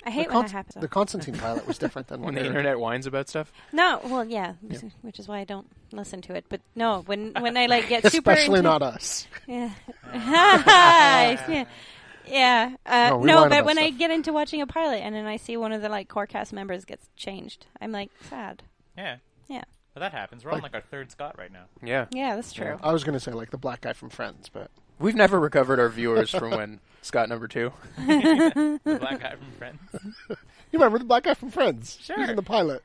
I hate the, when Const- that happens. the Constantine pilot was different than When what the they- internet whines about stuff. no, well, yeah, which is why I don't listen to it. But no, when when I like get super especially into- not us. Yeah. yeah. Yeah. Uh, no, No, we learn but about when I stuff. get into watching a pilot and then I see one of the like core cast members gets changed, I'm like sad. Yeah, Yeah. but that happens. We're on like our third Scott right now. Yeah. Yeah, that's true. I was going to say like the black guy from Friends, but We've never recovered our viewers from when Scott number two. The black guy from Friends. you remember the black guy from Friends? He Sure. was in the pilot.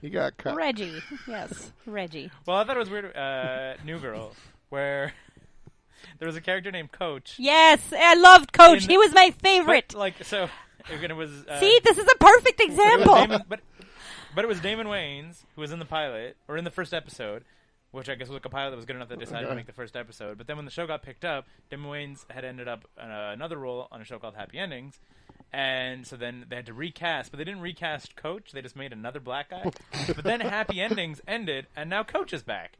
he got cut. Reggie. Yes. Reggie. Well, I thought it was weird. Uh, New Girl, where there was a character named Coach. Yes. I loved Coach. In- he was my but, favorite. Like so, it was. Uh, see, this is a perfect it was example. Damon- but, but it was Damon Wayans who was in the pilot or in the first episode, which I guess was like a pilot that was good enough that decided to make the first episode. But then when the show got picked up, Damon Wayans had ended up in uh, another role on a show called Happy Endings. And so then they had to recast, but they didn't recast Coach. They just made another black guy. but then Happy Endings ended, and now Coach is back.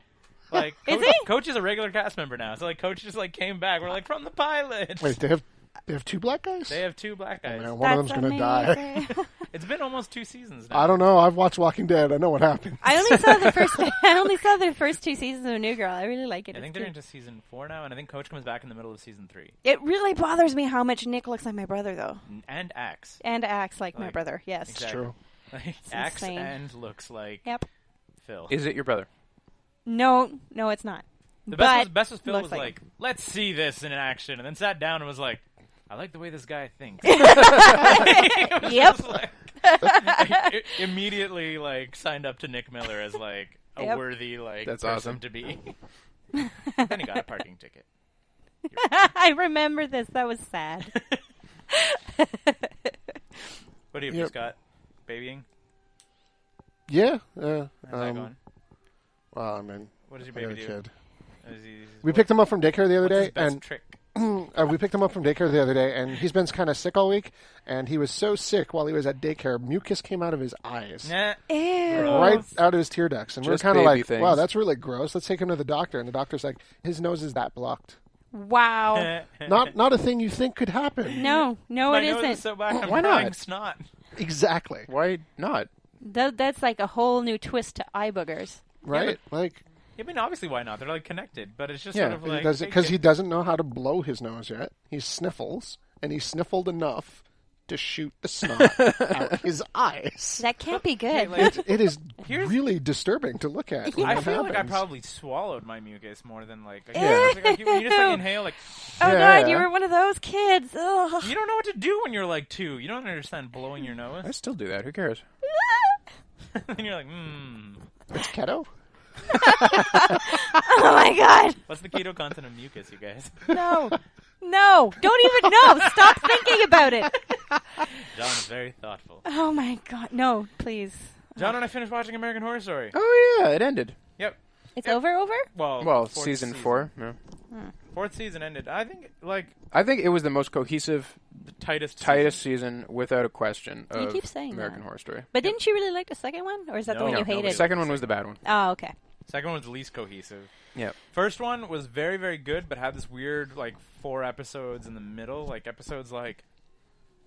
Like Is Coach, he? Coach is a regular cast member now. So like Coach just like came back. We're like from the pilot. Wait, they have they have two black guys. They have two black guys. Man, one of them's That's going to die. amazing. It's been almost two seasons now. I don't know. I've watched Walking Dead. I know what happened. I only saw the first. I only saw the first two seasons of New Girl. I really like it. I think It's they're cute. into season four now, and I think Coach comes back in the middle of season three. it really bothers me how much Nick looks like my brother, though, N- And Axe. and acts like, my Like, brother. Yes. It's Exactly. true. Like, Axe insane. and looks like Yep. Phil. Is it your brother? No, no, it's not. the but best was, best was Phil looks was like like, him. let's see this in action, and then sat down and was like, I like the way this guy thinks. yep. Like, i- immediately, like, signed up to Nick Miller as, like, a Yep. worthy, like, That's person awesome. to be. then he got a parking ticket. I remember this. That was sad. What do you Yep. have, Scott? Babying? Yeah. Uh, How's that um, going? well, I mean, What does your I got baby a do? kid. Is he- is- We what- picked him up from daycare the other what's his day, best and trick? uh, we picked him up from daycare the other day, and he's been kind of sick all week. And he was so sick while he was at daycare, mucus came out of his eyes, Nah. Ew. right out of his tear ducts. And we are Just kind of baby like, things. "Wow, that's really gross. Let's take him to the doctor." And the doctor's like, "His nose is that blocked. Wow. Not not a thing you think could happen. No, no, it My nose isn't. oh, is so black, I'm Why not? crying snot. Exactly. Why not? Tho- that's like a whole new twist to eye boogers. Right? like, I mean, obviously, why not? They're like connected, but it's just yeah, sort of like because he doesn't know how to blow his nose yet. He sniffles, and he sniffled enough to shoot the snot out his eyes. That can't be good. like, It is Here's- really disturbing to look at. when I that feel like I happens. probably swallowed my mucus more than like. I- Yeah. it's like, you, you just Ew. like inhale like oh Yeah. god, you were one of those kids. Ugh. you don't know what to do when you're like two. You don't understand blowing your I nose, still do that. Who cares? and you're like, hmm, It's keto. Oh my god. what's the keto content of mucus, you guys? No. No. Don't even know. Stop thinking about it. John is very thoughtful. Oh my god. No, please. John and I finished watching American Horror Story. Oh yeah, it ended. Yep. It's over over? Well, Well, fourth Oh, season, four. yeah. Fourth season ended. I think like I think it was the most cohesive the tightest. tightest season without a question. Of keep saying American that. Horror Story. But didn't you really like the second one? Or is that the No, one no, you no, hated? second- Second one was the bad one. oh, okay. Season. Second one was least cohesive. Yep. First one was very, very good, but had this weird, like, four episodes in the middle. Like, episodes like,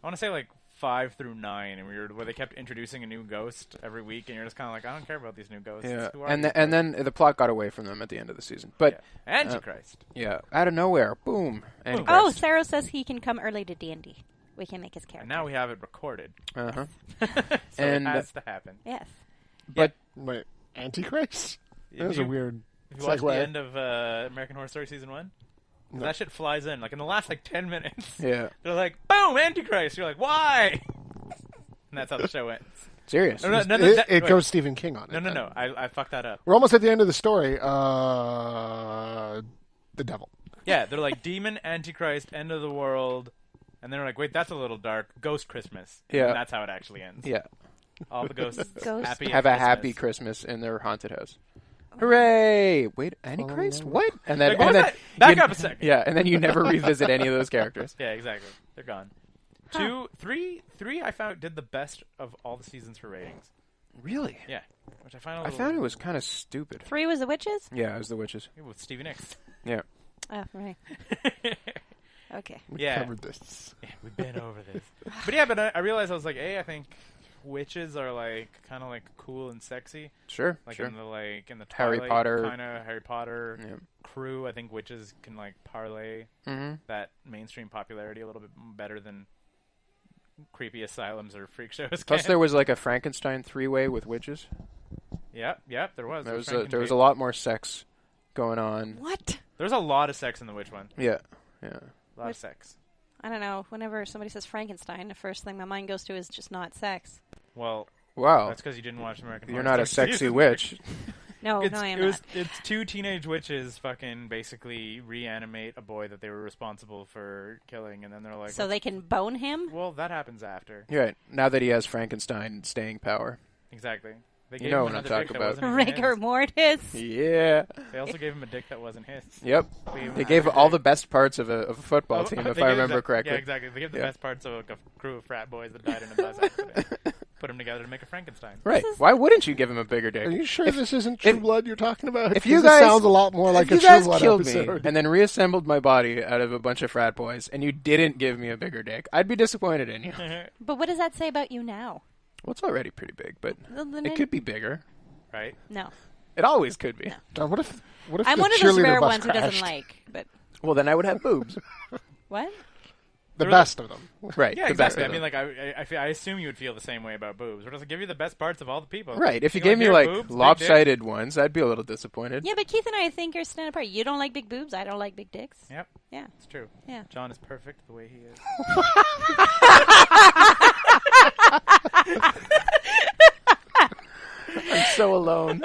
I want to say, like, five through nine, and we were, where they kept introducing a new ghost every week, and you're just kind of like, I don't care about these new ghosts. Yeah. Who are And these the, and then the plot got away from them at the end of the season. But ghosts? Yeah. Antichrist. yeah, out of nowhere, boom. And Oh, Sarah says he can come early to D&D. We can make his And character. now we have it recorded. Uh-huh. so And- it has to happen. Yes. But Wait, Antichrist? That If was you, a weird If you watch the segue. end of uh, American Horror Story Season 1, 'cause that shit flies in. Like, in the last, like, 10 minutes, yeah, they're like, boom, Antichrist. You're like, why? and that's how the show ends. serious. No, no, no, no, it that- it wait. goes Stephen King on it. No, no, then. no. I, I fucked that up. We're almost at the end of the story. Uh, the devil. Yeah, they're like demon, antichrist, end of the world, and they're like, wait, that's a little dark. Ghost Christmas. And Yeah. that's how it actually ends. Yeah. all the ghosts Ghost happy Have a at happy Christmas. Christmas in their haunted house. Hooray! Wait, Antichrist? What? And then, Like, what and was then that? Back you- up a second. Yeah, and then you never revisit any of those characters. Yeah, exactly. They're gone. Two, three, three. I found did the best of all the seasons for ratings. Really? Yeah, which I found. A I little found it was kind of stupid. Three was the witches. Yeah, it was the witches. with Stevie Nicks. Yeah. Oh, right. okay. yeah, Covered this. Yeah, we've been over this. But yeah, but I, I realized I was like, hey, I think witches are like kind of like cool and sexy, Sure. like sure. in the like in the Harry Potter. kind of Harry Potter Yeah. crew. I think witches can like parlay Mm-hmm. that mainstream popularity a little bit m- better than creepy asylums or freak shows. Plus, can. there was like a Frankenstein three-way with witches. Yep, yep, there was. There was a, Frank and there was a Kate. lot more sex going on. What? There was a lot of sex in the witch one. Yeah. Yeah. A lot Which- of sex. I don't know. Whenever somebody says Frankenstein, the first thing my mind goes to is just not sex. Well, Wow. that's because you didn't watch American. Oh. You're Horror not a Story sexy season. witch. No, it's, Oh, no, I am it was, not. It's two teenage witches fucking basically reanimate a boy that they were responsible for killing, and then they're like, so they can bone him. "Well, that happens after." You're right. Now that he has Frankenstein staying power. Exactly. They know him what I'm another talking dick that about. wasn't even Rigor his. mortis. Yeah. They also gave him a dick that wasn't his. Yep. They gave all the best parts of a, of a football Oh, team, they if gave I remember the- correctly. Yeah, exactly. They gave the Yeah. best parts of like, a crew of frat boys that died in a bus accident. Put them together to make a Frankenstein. Right. Why wouldn't you give him a bigger dick? Are you sure this isn't True if- Blood you're talking about? if you 'Cause this guys- sounds a lot more like if a you True guys Blood killed episode. me and then reassembled my body out of a bunch of frat boys, and you didn't give me a bigger dick, I'd be disappointed in you. But what does that say about you now? well, it's already pretty big, but Well, then it could be bigger. Right. No, It always could be. God, what if what if I'm the one of those cheerleader rare bus ones who crashed? doesn't like. But Well, then I would have boobs. what? the best of them? right. Yeah, the best. exactly. of I them. mean, like, I, I, I, feel, I assume you would feel the same way about boobs. We're just like, give you the best parts of all the people. right. If you, wanna gave me hear like boobs, big dick? lopsided ones, I'd be a little disappointed. Yeah, but Keith and I think you're standing apart. You don't like big boobs. I don't like big dicks. Yep, Yeah. it's true. Yeah. John is perfect the way he is. I'm so alone.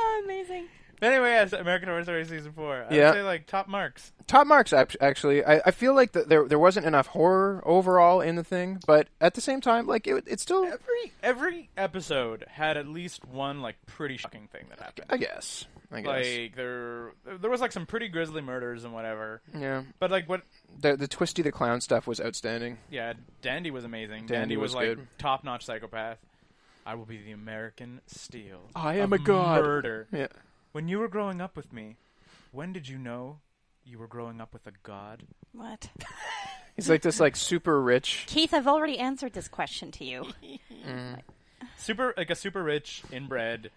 Oh, amazing. Anyway, yes, American Horror Story season four. I Yeah. would say like top marks. Top marks, act- actually. I, I feel like that there there wasn't enough horror overall in the thing, but at the same time, like it, it's still. Every every episode had at least one like pretty shocking thing that happened. I guess. I guess. Like there there was like some pretty grisly murders and whatever. yeah. But like what The the Twisty the Clown stuff was outstanding. yeah, Dandy was amazing. Dandy was, was like good. top notch psychopath. I will be the American steel. I am of a god. Murder. Yeah. When you were growing up with me, when did you know you were growing up with a god? What? He's like this like super rich. Keith, I've already answered this question to you. super like a super rich inbred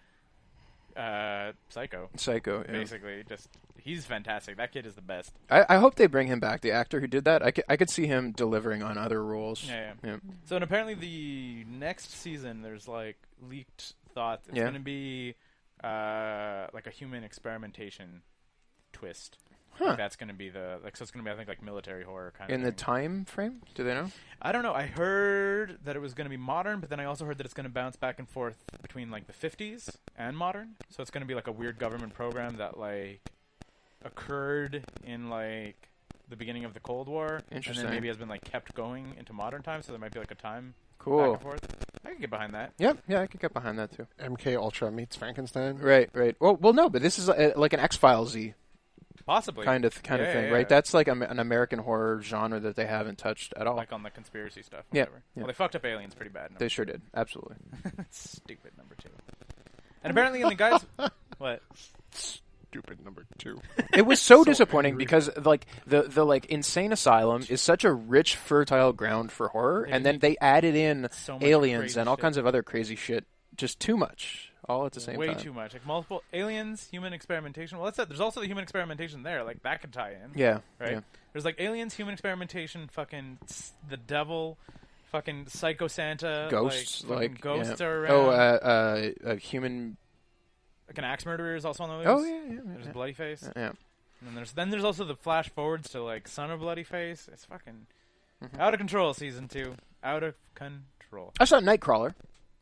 uh psycho Psycho. yeah. basically just he's fantastic that kid is the best I, I hope they bring him back. The actor who did that, I could, I could see him delivering on other roles. Yeah, yeah. so and apparently the next season there's like leaked thoughts it's Yeah. going to be uh like a human experimentation twist Huh. Like, that's going to be the like so it's going to be i think like military horror kind In of the thing. time frame, do they know? I don't know. I heard that it was going to be modern, but then I also heard that it's going to bounce back and forth between like the 50s and modern. So it's going to be like a weird government program that like occurred in like the beginning of the Cold War, Interesting. and then maybe has been like kept going into modern times. So there might be like a time back Cool. and forth. I can get behind that. Yep. Yeah, I could get behind that too. MK Ultra meets Frankenstein. Right. Right. Well, well, no, but this is uh, like an X Files y Possibly kind of kind Yeah, of thing, yeah, yeah. right? That's like am- an American horror genre that they haven't touched at all. like on the conspiracy stuff. Yeah, Whatever. yeah. Well, they fucked up aliens pretty bad. they sure did. Absolutely. Stupid number two. And apparently, in the guys, what? Stupid number two. it was so, disappointing because like the the like insane asylum is such a rich fertile ground for horror and then they added in So much aliens crazy and all shit. kinds of other crazy shit just too much all at the same way time too much. Like multiple aliens, human experimentation. Well, that's it. There's also the human experimentation there. Like that could tie in. yeah Right. yeah. There's like aliens, human experimentation, fucking s- the devil, fucking psycho Santa, ghosts like, like, fucking ghosts yeah. are around. oh uh, uh, uh human like an axe murderer is also on the loose. oh yeah yeah, There's yeah, bloody face. yeah. And then there's then there's also the flash forwards to like son of bloody face. It's fucking Mm-hmm. out of control. Season two, out of control. I saw Nightcrawler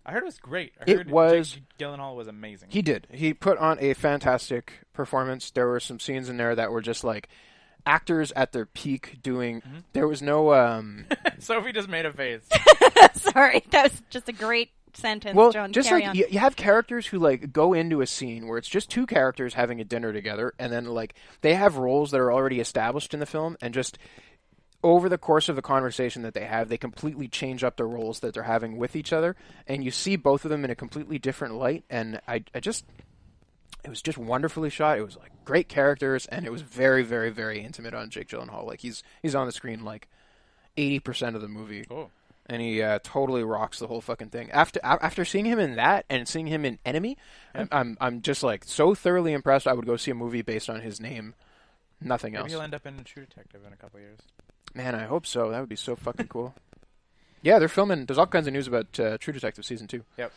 I heard it was great. I It heard was- Jake Gyllenhaal was amazing. He did. He put on a fantastic performance. There were some scenes in there that were just like actors at their peak doing. Mm-hmm. There was no um, Sophie just made a face. Sorry, that was just a great sentence, Well, John. just carry like on. you, you have characters who like go into a scene where it's just two characters having a dinner together, and then like they have roles that are already established in the film, and just over the course of the conversation that they have, they completely change up the roles that they're having with each other, and you see both of them in a completely different light. And I, I just, it was just wonderfully shot. It was like great characters, and it was very, very, very intimate on Jake Gyllenhaal. Like he's he's on the screen like eighty percent of the movie Cool. and he uh, totally rocks the whole fucking thing. After a- after seeing him in that and seeing him in Enemy, I'm, I'm I'm just like so thoroughly impressed. I would go see a movie based on his name, nothing Maybe else. he'll end up in True Detective in a couple years. Man, I hope so. That would be so fucking cool. Yeah, they're filming. There's all kinds of news about uh, True Detective season two. Yep.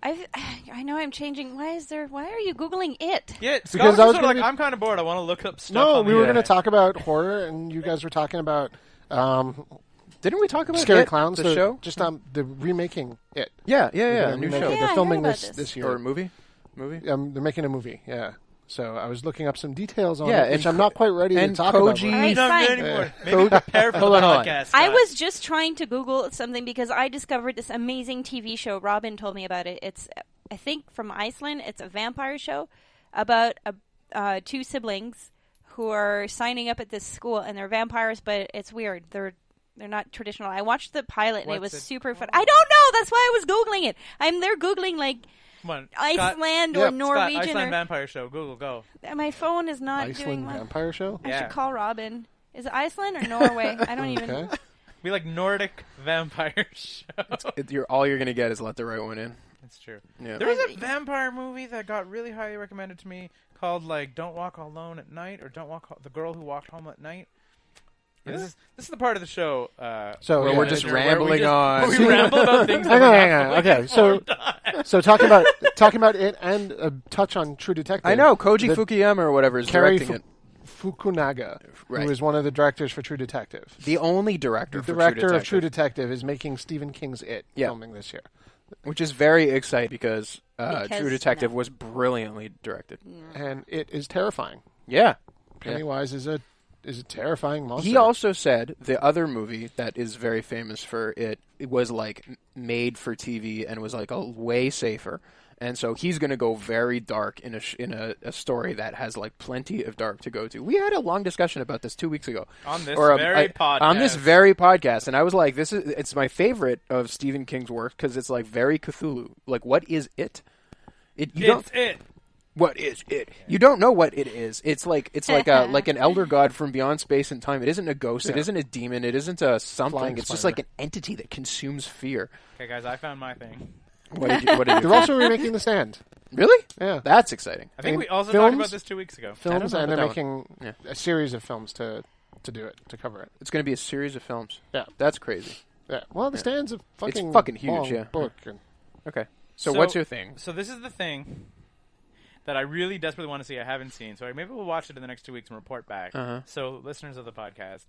I've, I know I'm changing. Why is there? Why are you googling it? Yeah, Scott Because was I just was sort of gonna like, be- I'm kind of bored. I want to look up stuff. No, on we the were going to internet." talk about horror, and you guys were talking about um, Didn't we talk about scary It, clowns. the, show? Just um, the remaking it. Yeah, yeah, yeah. They're a new remaking- show Yeah, I They're heard filming about this this. this or a year. movie, movie. Um, they're making a movie. Yeah. So I was looking up some details on Yeah, it, which and I'm not quite ready to and talk Koji- about. All We right, don't have fine. it anymore. Yeah. Maybe prepare for the Hold on. podcast. I guys. was just trying to Google something because I discovered this amazing TV show. Robin told me about it. It's, I think, from Iceland. It's a vampire show about a, uh, two siblings who are signing up at this school, and they're vampires, but it's weird. They're they're not traditional. I watched the pilot, and it was What's it super fun. I don't know. That's why I was googling it. I'm there googling like Come on, Scott, Iceland Yeah. or Scott, Scott, Norwegian. Iceland Vampire Show. Google, go. or, my phone is not doing Iceland well. vampire show. I Yeah. should call Robin. Is it Iceland or Norway? I don't even. Okay. We like Nordic Vampire Show. It, you're, all you're gonna get is let the right one in. That's true. Yeah. There was a vampire movie that got really highly recommended to me called like "Don't Walk Alone at Night" or "Don't Walk Ho- the Girl Who Walked Home at Night." This is this is the part of the show uh, So Where Oh, yeah. we're just Where we rambling just- on. where we ramble about things. Hang that on, we hang have on. to look Okay, so so talking about talking about it and a touch on True Detective. I know Koji The- Fukuyama or whatever is Cary directing it. Fu- Fukunaga, Right. who is one of the directors for True Detective. The only director, The for True director of Detective. True Detective is making Stephen King's It Yeah. filming this year. which is very exciting because, uh, Because True Detective no. was brilliantly directed. And it is terrifying. Yeah. Pennywise is a is a terrifying monster. He also said the other movie that is very famous for it, it was like m- made for TV and was like a way safer. And so he's going to go very dark in a sh- in a, a story that has like plenty of dark to go to. We had a long discussion about this two weeks ago On this Or, um, I- very podcast. On this very podcast, and I was like, "This is it's my favorite of Stephen King's work because it's like very Cthulhu. Like, what is it? It you don't It's it. what is it? You don't know what it is. It's like it's like a like an elder god from beyond space and time. It isn't a ghost. It isn't a demon. It isn't a something. Flying it's just spider. like an entity that consumes fear. Okay, guys, I found my thing. What did you, what did you They're also remaking The Stand. really? Yeah. that's exciting. I think mean, we also talked films- about this two weeks ago. don't Films know and about they're that making Yeah. a series of films to to do it to cover it. It's going to be a series of films. Yeah. that's crazy. Yeah. Well, The Stand's a fucking fucking huge, long yeah. book. And Okay, so, what's your thing? So this is the thing that I really desperately want to see. I haven't seen, so I- maybe we'll watch it in the next two weeks and report back. Uh-huh. So listeners of the podcast,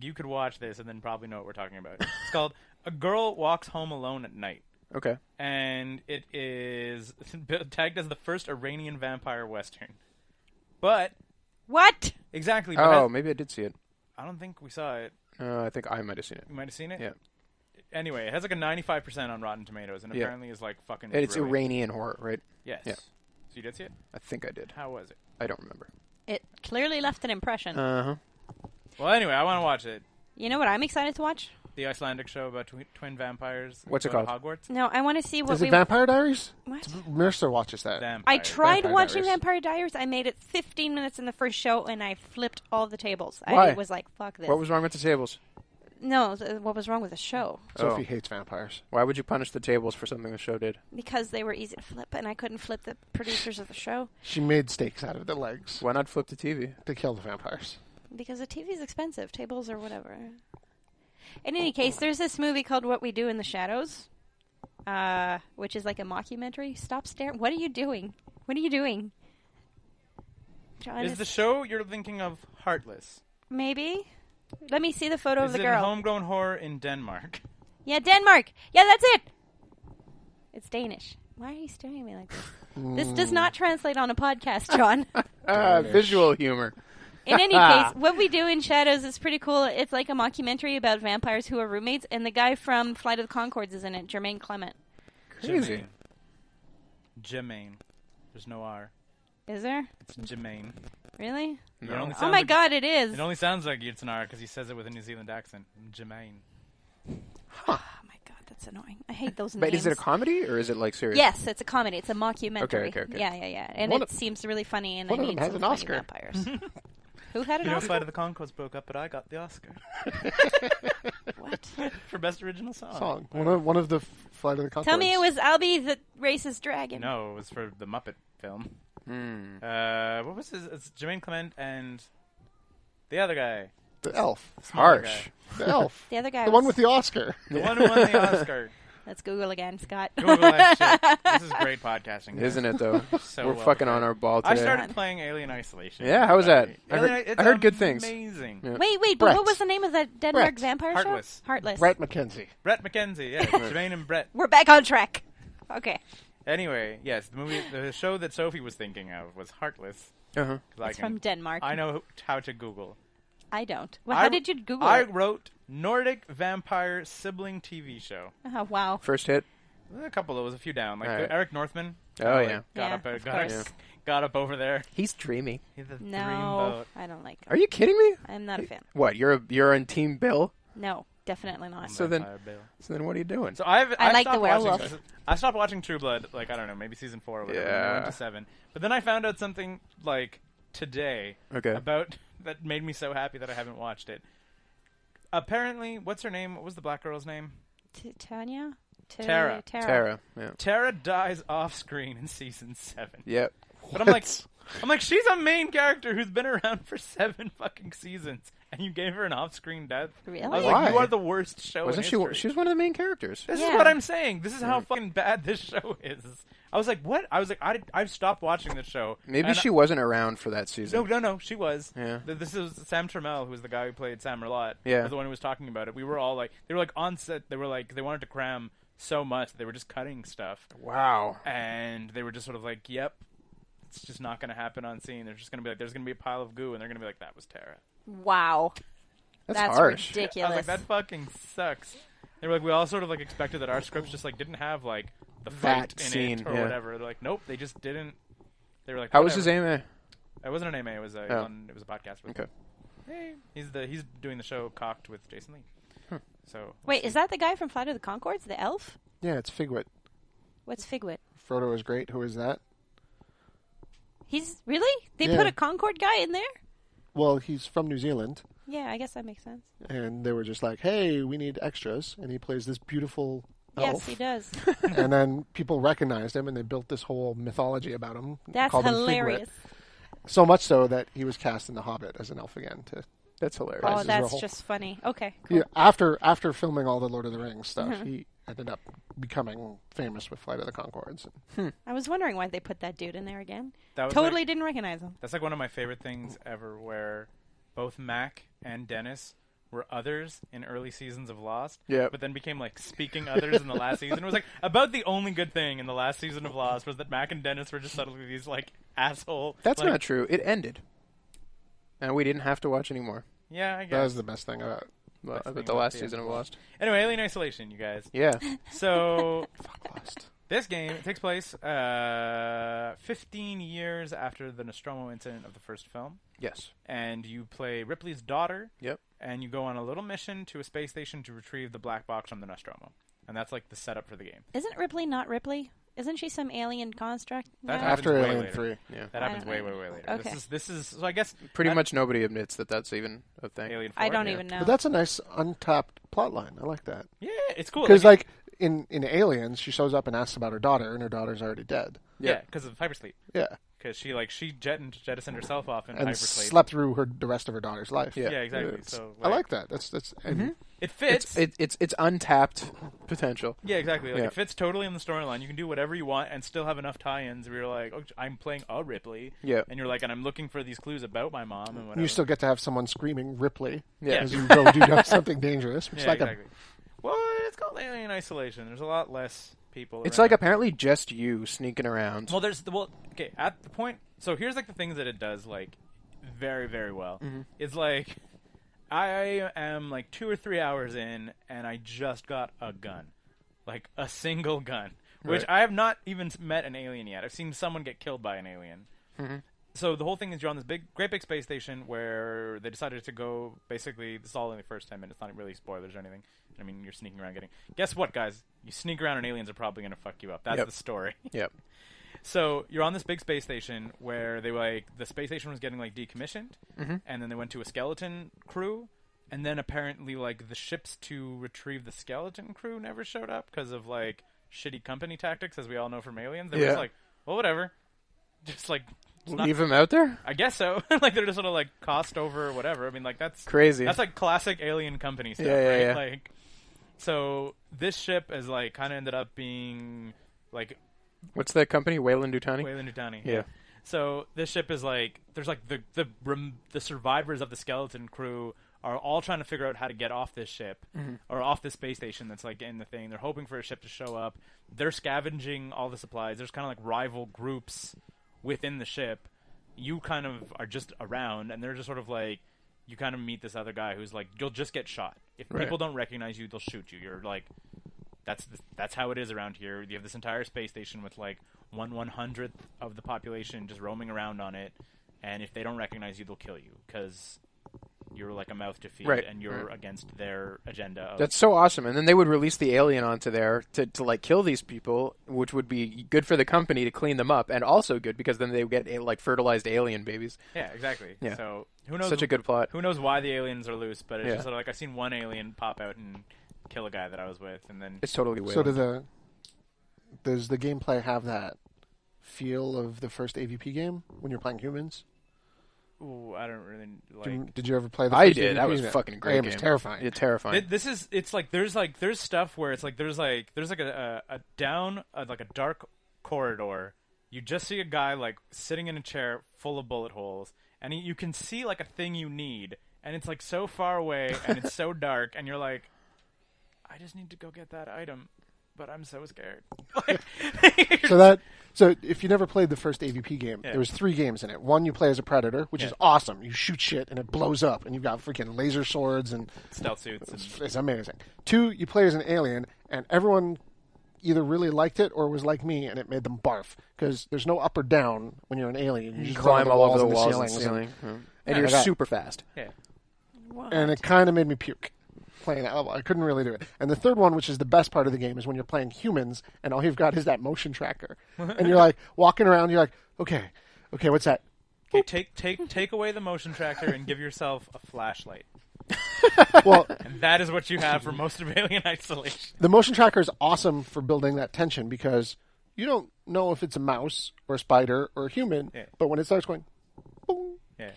you could watch this and then probably know what we're talking about. it's called "A Girl Walks Home Alone at Night," Okay, and it is tagged as the first Iranian vampire western. But What? exactly, but oh has- maybe I did see it. I don't think we saw it. Uh, I think I might have seen it. You might have seen it. Yeah. Anyway, it has like a 95% on Rotten Tomatoes, and Yeah. apparently is like fucking. And it's brilliant. Iranian horror, right? Yes. Yeah. So you did see it? I think I did. How was it? I don't remember. It clearly left an impression. Uh huh. Well, anyway, I want to watch it. You know what I'm excited to watch? The Icelandic show about twi- twin vampires. What's it go to called? Hogwarts. No, I want to see what is we. it Vampire Diaries? What? Mercer watches that. Vampire. I tried Vampire watching Diaries. Vampire Diaries. I made it 15 minutes in the first show, and I flipped all the tables. Why? I was like, "Fuck this!" What was wrong with the tables? no? th- What was wrong with the show? Sophie Oh. hates vampires. Why would you punish the tables for something the show did? Because they were easy to flip, and I couldn't flip the producers of the show She made steaks out of the legs Why not flip the TV? to kill the vampires. because the TV's expensive, tables or whatever. In any case, there's this movie called What We Do in the Shadows, uh, which is like a mockumentary. Stop staring! What are you doing? What are you doing? John Is is- the show you're thinking of Heartless? Maybe. Let me see the photo is of the it girl. homegrown horror in Denmark? Yeah, Denmark. Yeah, that's it. It's Danish. Why are you staring at me like this? This does not translate on a podcast, John. Ah, visual humor. in any case, what we do in Shadows is pretty cool. It's like a mockumentary about vampires who are roommates, and the guy from Flight of the Concords is in it, Jermaine Clement. Easy. Jemaine. There's no R. Is there? It's Jemaine. Really? It No. only Oh sounds my like- god, it is. It only sounds like it's an R because he says it with a New Zealand accent. Jemaine. Oh my god, that's annoying. I hate those But names. is it a comedy or is it like serious? Yes, it's a comedy. It's a mockumentary. Okay, okay, okay. Yeah, yeah, yeah. And One it of- seems really funny. And one I of them need has some an funny Oscar. vampires. Who had an You know, Oscar? Flight of the Concords broke up, but I got the Oscar What? for Best Original Song. Song. One of one of the f- flight of the Conchords. Tell me it was Albie the racist dragon. No, it was for the Muppet film. Hmm. Uh, what was his? It's Jermaine Clement and the other guy. the elf. Oh Harsh. The elf. The other guy. the one was- with the Oscar. The one who won the Oscar. Let's Google again, Scott. Google that shit. This is great podcasting, guys. Isn't it though? So We're well fucking done. on our ball today. I started playing Alien Isolation. Yeah, how was that? I Alien- heard- it's I heard good things. Amazing. Yeah. Wait, wait, but Brett. what was the name of that Denmark Brett. vampire Heartless. show? Heartless. Brett McKenzie. Brett McKenzie, yeah, Jermaine and Brett. We're back on track. Okay. Anyway, yes, the movie, the show that Sophie was thinking of was Heartless. Uh-huh. 'cause I It's can- from Denmark. I know who- how to Google. I don't. Well, I- how did you Google I it? wrote Nordic vampire sibling TV show. Oh, wow. First hit. There were a couple. There was a few down. Like All the- right. Eric Northman. Oh, like, yeah. Got Yeah, up. uh, of got, course. up got up over there. He's dreamy. He's a No, I don't like Are him. you kidding me? I'm not a fan. What? You're a, you're on Team Bill. No, definitely not. So then- Bill. So then what are you doing? So I've, I I've like the stopped werewolf. Watching, I stopped watching True Blood, like, I don't know, maybe season four or whatever. when I went Yeah. to seven. But then I found out something, like, today Okay. about that made me so happy that I haven't watched it. Apparently, what's her name? What was the black girl's name? T- Tanya? T- Tara. Tara. Tara. Yeah. Tara dies off screen in season seven. Yep. But I'm like, I'm like, she's a main character who's been around for seven fucking seasons, and you gave her an off-screen death. Really? I was like, Why? you are the worst show. Wasn't in she? history. She was one of the main characters. This Yeah. is what I'm saying. This is how fucking bad this show is. I was like, what? I was like, I did, I've stopped watching this show. Maybe And she I, wasn't around for that season. no, no, no. She was. Yeah. Th- This is Sam Trammell, who was the guy who played Sam Merlot. Yeah. Was the one who was talking about it. We were all like, they were like on set. They were like, they wanted to cram so much. They were just cutting stuff, Wow. and they were just sort of like, yep, it's just not going to happen on scene. They're just going to be like, there's going to be a pile of goo, and they're going to be like, that was Tara. Wow. That's, That's harsh. ridiculous. I was like, that fucking sucks. They were like, we all sort of like expected that our scripts just like didn't have like the That fight in scene, it or yeah. whatever. They're like, nope, they just didn't. They were like, How was his whatever. AMA? It wasn't an AMA. It was a it was Oh. on- it was a podcast. With Okay. Hey, he's the he's doing the show Cocked with Jason Lee. Hmm. So Wait, is that the guy from Flight of the Concords? The elf? Yeah, it's Figwit. What's Figwit? Frodo is great. Who is that? He's really? They Yeah. put a Concord guy in there? Well, he's from New Zealand, Yeah, I guess that makes sense. and they were just like, "Hey, we need extras," and he plays this beautiful Yes, elf. he does. and then people recognized him, and they built this whole mythology about him. That's called him Figwit. hilarious. So much so that he was cast in The Hobbit as an elf again. To That's hilarious. Price Oh, is that's real. just funny. Okay, cool. yeah, after after filming all the Lord of the Rings stuff, Mm-hmm. he ended up becoming famous with Flight of the Concords. I was wondering why they put that dude in there again. that was Totally Like, didn't recognize him. that's like one of my favorite things ever, where both Mac and Dennis were others in early seasons of Lost. Yep. But then became like speaking others in the last season. It was like about the only good thing in the last season of Lost was that Mac and Dennis were just suddenly these like asshole. That's like- not true. It ended, and we didn't have to watch anymore. Yeah, I That was guess. the best thing about. Well, the About thing the about last the season of Lost. Anyway, Alien Isolation, you guys. Yeah. So Fuck Lost. This game takes place uh, 15 years after the Nostromo incident of the first film, yes. and you play Ripley's daughter, Yep. and you go on a little mission to a space station to retrieve the black box from the Nostromo, and that's like the setup for the game. Isn't Ripley not Ripley? Isn't she some alien construct? That now? happens After way Alien later. Three, Yeah. That I happens don't way, know. way, way later. Okay. This is this is so I guess Pretty that- much nobody admits that that's even a thing. Alien. 4, I don't yeah. even know. but that's a nice untapped plot line. I like that Yeah, it's cool because like in in Aliens, she shows up and asks about her daughter, and her daughter's already dead. yeah, because of hypersleep, Yeah, because she like she jetted, jettisoned herself off in and hypersleep. slept through her the rest of her daughter's life. Yeah. yeah, exactly. It's- So I like that. That's that's and it fits. It, it's it's untapped potential. Yeah, exactly. Like Yeah. it fits totally in the storyline. You can do whatever you want and still have enough tie-ins where you're like, oh, I'm playing a Ripley. Yeah. And you're like, and I'm looking for these clues about my mom and whatever. you still get to have someone screaming Ripley Yeah. as you go do something dangerous. Which yeah, is like exactly. Well, it's called Alien Isolation. There's a lot less people. It's around. like apparently just you sneaking around. Well, there's the well. Okay, at the point. So here's like the things that it does like very very well. It's like I am like two or three hours in, and I just got a gun, like a single gun. which I have not even s- met an alien yet. I've seen someone get killed by an alien. So the whole thing is you're on this big, great big space station where they decided to go. Basically, this is all in the first ten minutes. Not really spoilers or anything. I mean, you're sneaking around getting. Guess what, guys? You sneak around and aliens are probably going to fuck you up. That's Yep. the story. Yep. So you're on this big space station where they like the space station was getting like decommissioned, Mm-hmm. and then they went to a skeleton crew, and then apparently like the ships to retrieve the skeleton crew never showed up because of like shitty company tactics, as we all know from Aliens. They were Yeah. just like, well, whatever, just like it's not- Leave him out there? I guess so. like they're just sort of like cost over or whatever. I mean, like that's Crazy. That's like classic alien company stuff, Yeah, yeah, right? yeah. Like, so this ship is like kind of ended up being like What's that company? Wayland Dutani? Wayland Utani. Yeah. So this ship is like there's like the the rem- the survivors of the skeleton crew are all trying to figure out how to get off this ship Mm-hmm. or off the space station that's like in the thing. They're hoping for a ship to show up. They're scavenging all the supplies. There's kind of like rival groups within the ship. You kind of are just around, and they're just sort of like you kind of meet this other guy who's like you'll just get shot if Right. people don't recognize you. They'll shoot you. You're like that's the, that's how it is around here. You have this entire space station with like one one hundredth of the population just roaming around on it, and if they don't recognize you, they'll kill you because you're like a mouth to feed, Right, and you're against their agenda. Of, That's so awesome. And then they would release the alien onto there to, to like kill these people, which would be good for the company to clean them up, and also good because then they would get eh, like fertilized alien babies. yeah, exactly. Yeah. So who knows? Such a good plot. Who knows why the aliens are loose? But it's Yeah. just sort of like I've seen one alien pop out and kill a guy that I was with, and then It's totally Wayland. So do the does the gameplay have that feel of the first AVP game when you're playing humans? ooh, I don't really like. Did you- did you ever play? The I first did. AVP That was game? fucking great. It was game. terrifying. Yeah, terrifying. Th- this is it's like there's like there's stuff where it's like there's like there's like a a, a down a, like a dark corridor. You just see a guy like sitting in a chair full of bullet holes, and he, you can see like a thing you need, and it's like so far away and it's so dark, and you're like, I just need to go get that item, but I'm so scared. Like, so that so if you never played the first AVP game, Yeah. there was three games in it. One you play as a predator, which is Yeah. awesome. You shoot shit and it blows up, and you've got freaking laser swords and stealth suits. And, it's amazing. Two, you play as an alien, and everyone either really liked it or was like me, and it made them barf because there's no up or down when you're an alien. You, you just climb run all over the and walls and ceilings, ceiling, Mm-hmm. Yeah. and Yeah, you're that- super fast. yeah. What? and it kind of made me puke playing that level. I couldn't really do it. And the third one, which is the best part of the game, is when you're playing humans and all you've got is that motion tracker, and you're like walking around. You're like, okay, okay, what's that? Okay, take take take away the motion tracker and give yourself a flashlight. Well, And that is what you have for most of Alien Isolation. the motion tracker is awesome for building that tension because you don't know if it's a mouse or a spider or a human, Yeah. but when it starts going, boom, Yeah.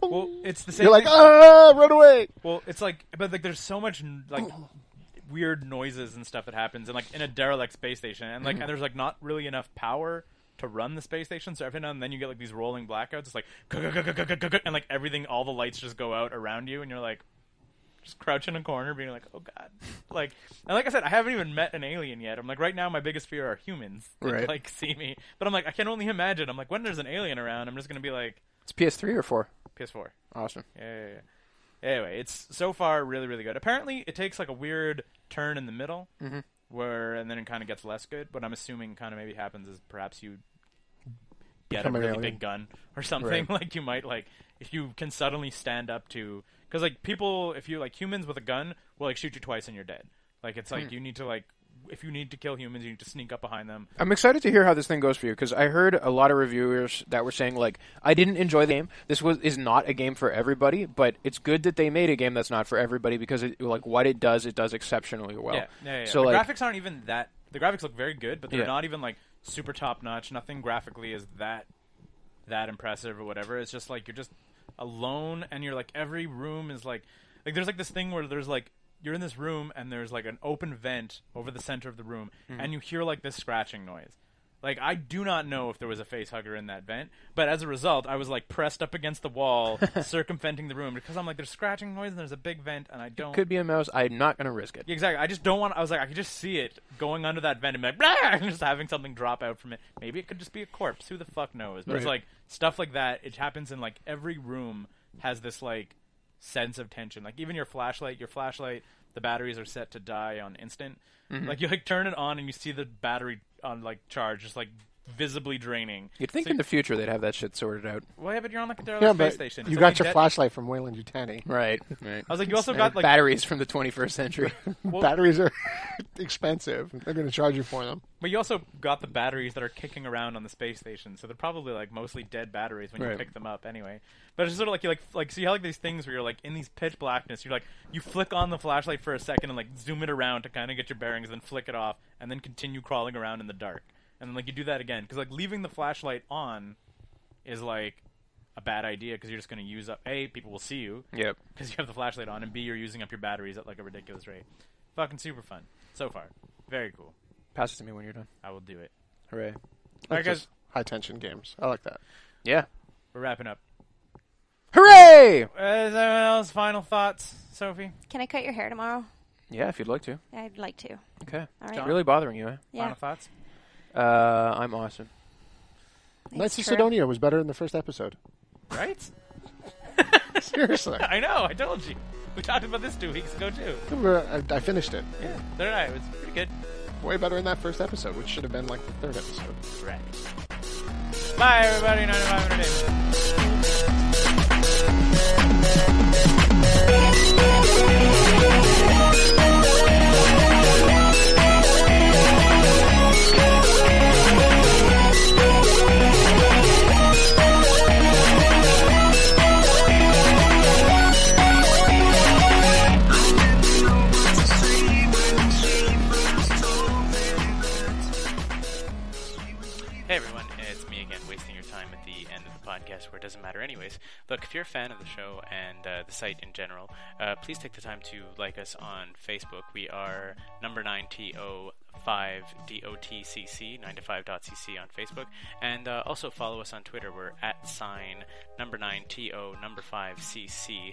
Well, it's the same. you're like, thing- ah, run away. Well, it's like, but like, there's so much like weird noises and stuff that happens, and like in a derelict space station, and like, and there's like not really enough power to run the space station. So every now and then you get like these rolling blackouts. It's like, and like everything, all the lights just go out around you, and you're like, just crouch in a corner, being like, oh god, like, and like I said, I haven't even met an alien yet. I'm like, right now, my biggest fear are humans, that, Right. Like, see me, but I'm like, I can only imagine. I'm like, when there's an alien around, I'm just gonna be like, It's PS3 or four. PS4. Awesome. Yeah, yeah, yeah. Anyway, it's so far really, really good. Apparently, it takes like a weird turn in the middle, Mm-hmm. where and then it kind of gets less good. But I'm assuming kind of maybe happens is perhaps you get Become a an really alien. big gun or something. Like you might like if you can suddenly stand up to because like people if you like humans with a gun will like shoot you twice and you're dead. Like it's Hmm. like you need to like if you need to kill humans you need to sneak up behind them. I'm excited to hear how this thing goes for you because I heard a lot of reviewers that were saying like I didn't enjoy the game. This was is not a game for everybody, but it's good that they made a game that's not for everybody because it, like what it does, it does exceptionally well. Yeah, yeah, yeah. So the like graphics aren't even that. The graphics look very good, but they're Yeah. not even like super top notch. Nothing graphically is that that impressive or whatever. It's just like you're just alone, and you're like every room is like like there's like this thing where there's like you're in this room and there's like an open vent over the center of the room, Mm-hmm. and you hear like this scratching noise. Like I do not know if there was a face hugger in that vent, but as a result, I was like pressed up against the wall, circumventing the room because I'm like there's scratching noise and there's a big vent, and I don't could be a mouse. I'm not gonna risk it. yeah, exactly. I just don't want. I was like, I could just see it going under that vent and be like, "Blah," and just having something drop out from it. Maybe it could just be a corpse. Who the fuck knows? But it's Right. like stuff like that. It happens in like every room has this like sense of tension. Like even your flashlight, your Mm-hmm. flashlight, the batteries are set to die on instant. Like you like turn it on and you see the battery on like charge, just like visibly draining. You'd think So- in the future they'd have that shit sorted out. Well, yeah, but you're on like a derelict Yeah, space but station. you It's got only your dead- flashlight from Wayland Yutani. Right. Right. I was like, you also They're got like batteries from the 21st century. well, Batteries are expensive. They're going to charge you for them. But you also got the batteries that are kicking around on the space station, so they're probably like mostly dead batteries when Right. you pick them up anyway. But it's just sort of like you like like so you have like these things where you're like in these pitch blackness, you're like you flick on the flashlight for a second and like zoom it around to kind of get your bearings, then flick it off, and then continue crawling around in the dark, and then like you do that again because like leaving the flashlight on is like a bad idea because you're just going to use up a people will see you yep. because you have the flashlight on, and b you're using up your batteries at like a ridiculous rate. Fucking super fun so far, very cool. Pass it to me when you're done. I will do it. Hooray. All right, Just guys. high tension games. I like that. Yeah. We're wrapping up. Hooray! Uh, Is anyone else final thoughts, Sophie? Can I cut your hair tomorrow? Yeah, if you'd like to. I'd like to. Okay. All right. It's really bothering you, eh? Yeah. Final thoughts? Uh, I'm awesome. Knights of true. Sidonia was better in the first episode. Right? Seriously. I know. I told you. We talked about this two weeks ago too. I, I finished it. Yeah. So did I. It was pretty good. Way better in that first episode, which should have been like the third episode. Right. Bye, everybody. 95 minute day. Hey everyone, it's me again, wasting your time at the end of the podcast where it doesn't matter, anyways. Look, if you're a fan of the show and uh, the site in general, uh, please take the time to like us on Facebook. We are number 9TO5DOTCC, 9to5.cc on Facebook, and uh, also follow us on Twitter. We're at sign number 9TO number 5CC